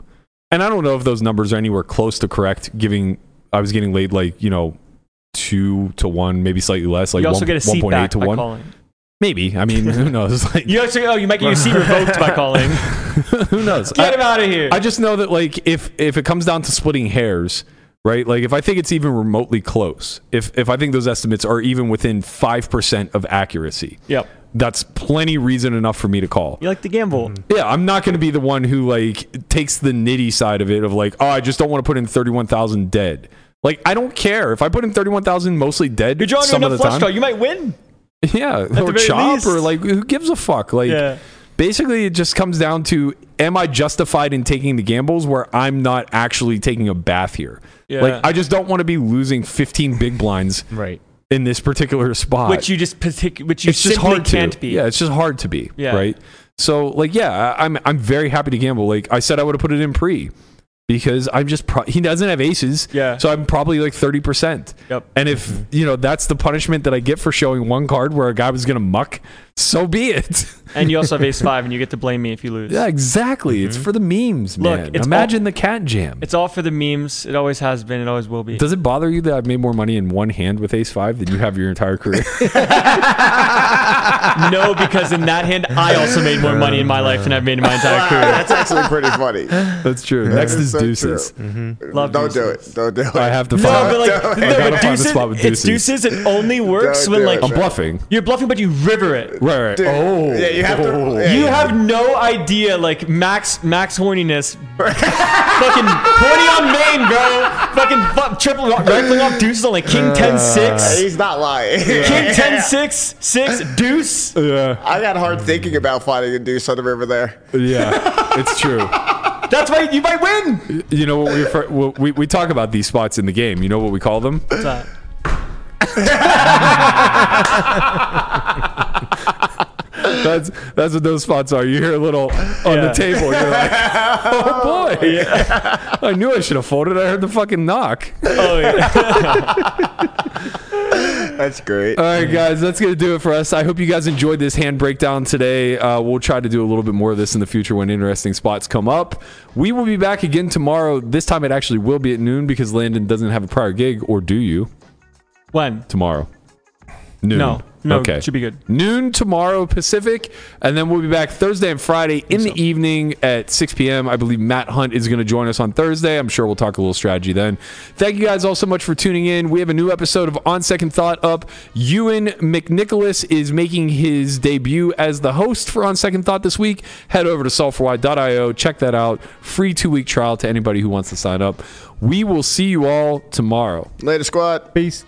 And I don't know if those numbers are anywhere close to correct giving I was getting laid like, you know, 2 to 1, maybe slightly less like you also one- get a seat 1.8 back to by 1. calling. Maybe. I mean, who knows? Like You actually oh you might get your seat revoked by calling. who knows? Get I- him out of here. I just know that like if if it comes down to splitting hairs, right? Like if I think it's even remotely close, if if I think those estimates are even within five percent of accuracy, yep. that's plenty reason enough for me to call. You like to gamble. Yeah, I'm not going to be the one who like takes the nitty side of it of like, oh, I just don't want to put in thirty-one thousand dead. Like I don't care if I put in thirty-one thousand mostly dead. You're drawing some of enough the flush time. draw. You might win. Yeah, or very chop, least. or like, who gives a fuck? Like, Yeah. basically, it just comes down to: Am I justified in taking the gambles where I'm not actually taking a bath here? Yeah. Like, I just don't want to be losing 15 big blinds Right. in this particular spot. Which you just partic- which you it's just simply hard can't to. be. Yeah, it's just hard to be. Yeah. Right. So, like, yeah, I- I'm I'm very happy to gamble. Like I said, I would have put it in pre. Because I'm just pro- he doesn't have aces, Yeah. So I'm probably like thirty percent. Yep. And if you know that's the punishment that I get for showing one card where a guy was gonna muck, so be it. And you also have ace five, and you get to blame me if you lose. Yeah, exactly. It's for the memes, Look, man. it's Imagine the cat jam. It's all for the memes. It always has been. It always will be. Does it bother you that I've made more money in one hand with ace five than you have your entire career? no, because in that hand, I also made more money in my life than I've made in my entire career. That's actually pretty funny. That's true. Next is is so deuces. Mm-hmm. Love Don't do deuces. it. Don't do it. I have to No, find. but like, I no, gotta but find the deuces, spot with it's deuces. deuces. It only works Don't when do like I'm bluffing. you're bluffing, but you river it. Right, right. Dude, oh, yeah, you have to- yeah, You yeah. have no idea, like Max, Max horniness, fucking horny on main, bro. Fucking fu- triple rifling off deuces on like king ten six, He's not lying. king ten six six deuce. yeah, I got hard thinking about finding a deuce on the river there. yeah. It's true. That's why you might win. You know what we refer, well, we we talk about these spots in the game. You know what we call them? That's that's what those spots are. You hear a little on the Yeah. table. You're like, oh boy. I knew I should have folded. I heard the fucking knock. Oh, yeah. That's great. All right, guys, that's going to do it for us. I hope you guys enjoyed this hand breakdown today. Uh, we'll try to do a little bit more of this in the future when interesting spots come up. We will be back again tomorrow. This time it actually will be at noon because Landon doesn't have a prior gig, or do you? When? Tomorrow. Noon. No, no, should be good. Noon tomorrow Pacific, and then we'll be back Thursday and Friday in the evening at 6 p.m. I believe Matt Hunt is going to join us on Thursday. I'm sure we'll talk a little strategy then. Thank you guys all so much for tuning in. We have a new episode of On Second Thought up. Ewan McNicholas is making his debut as the host for On Second Thought this week. Head over to solverwide.io, check that out. Free two week trial to anybody who wants to sign up. We will see you all tomorrow. Later, squad. Peace.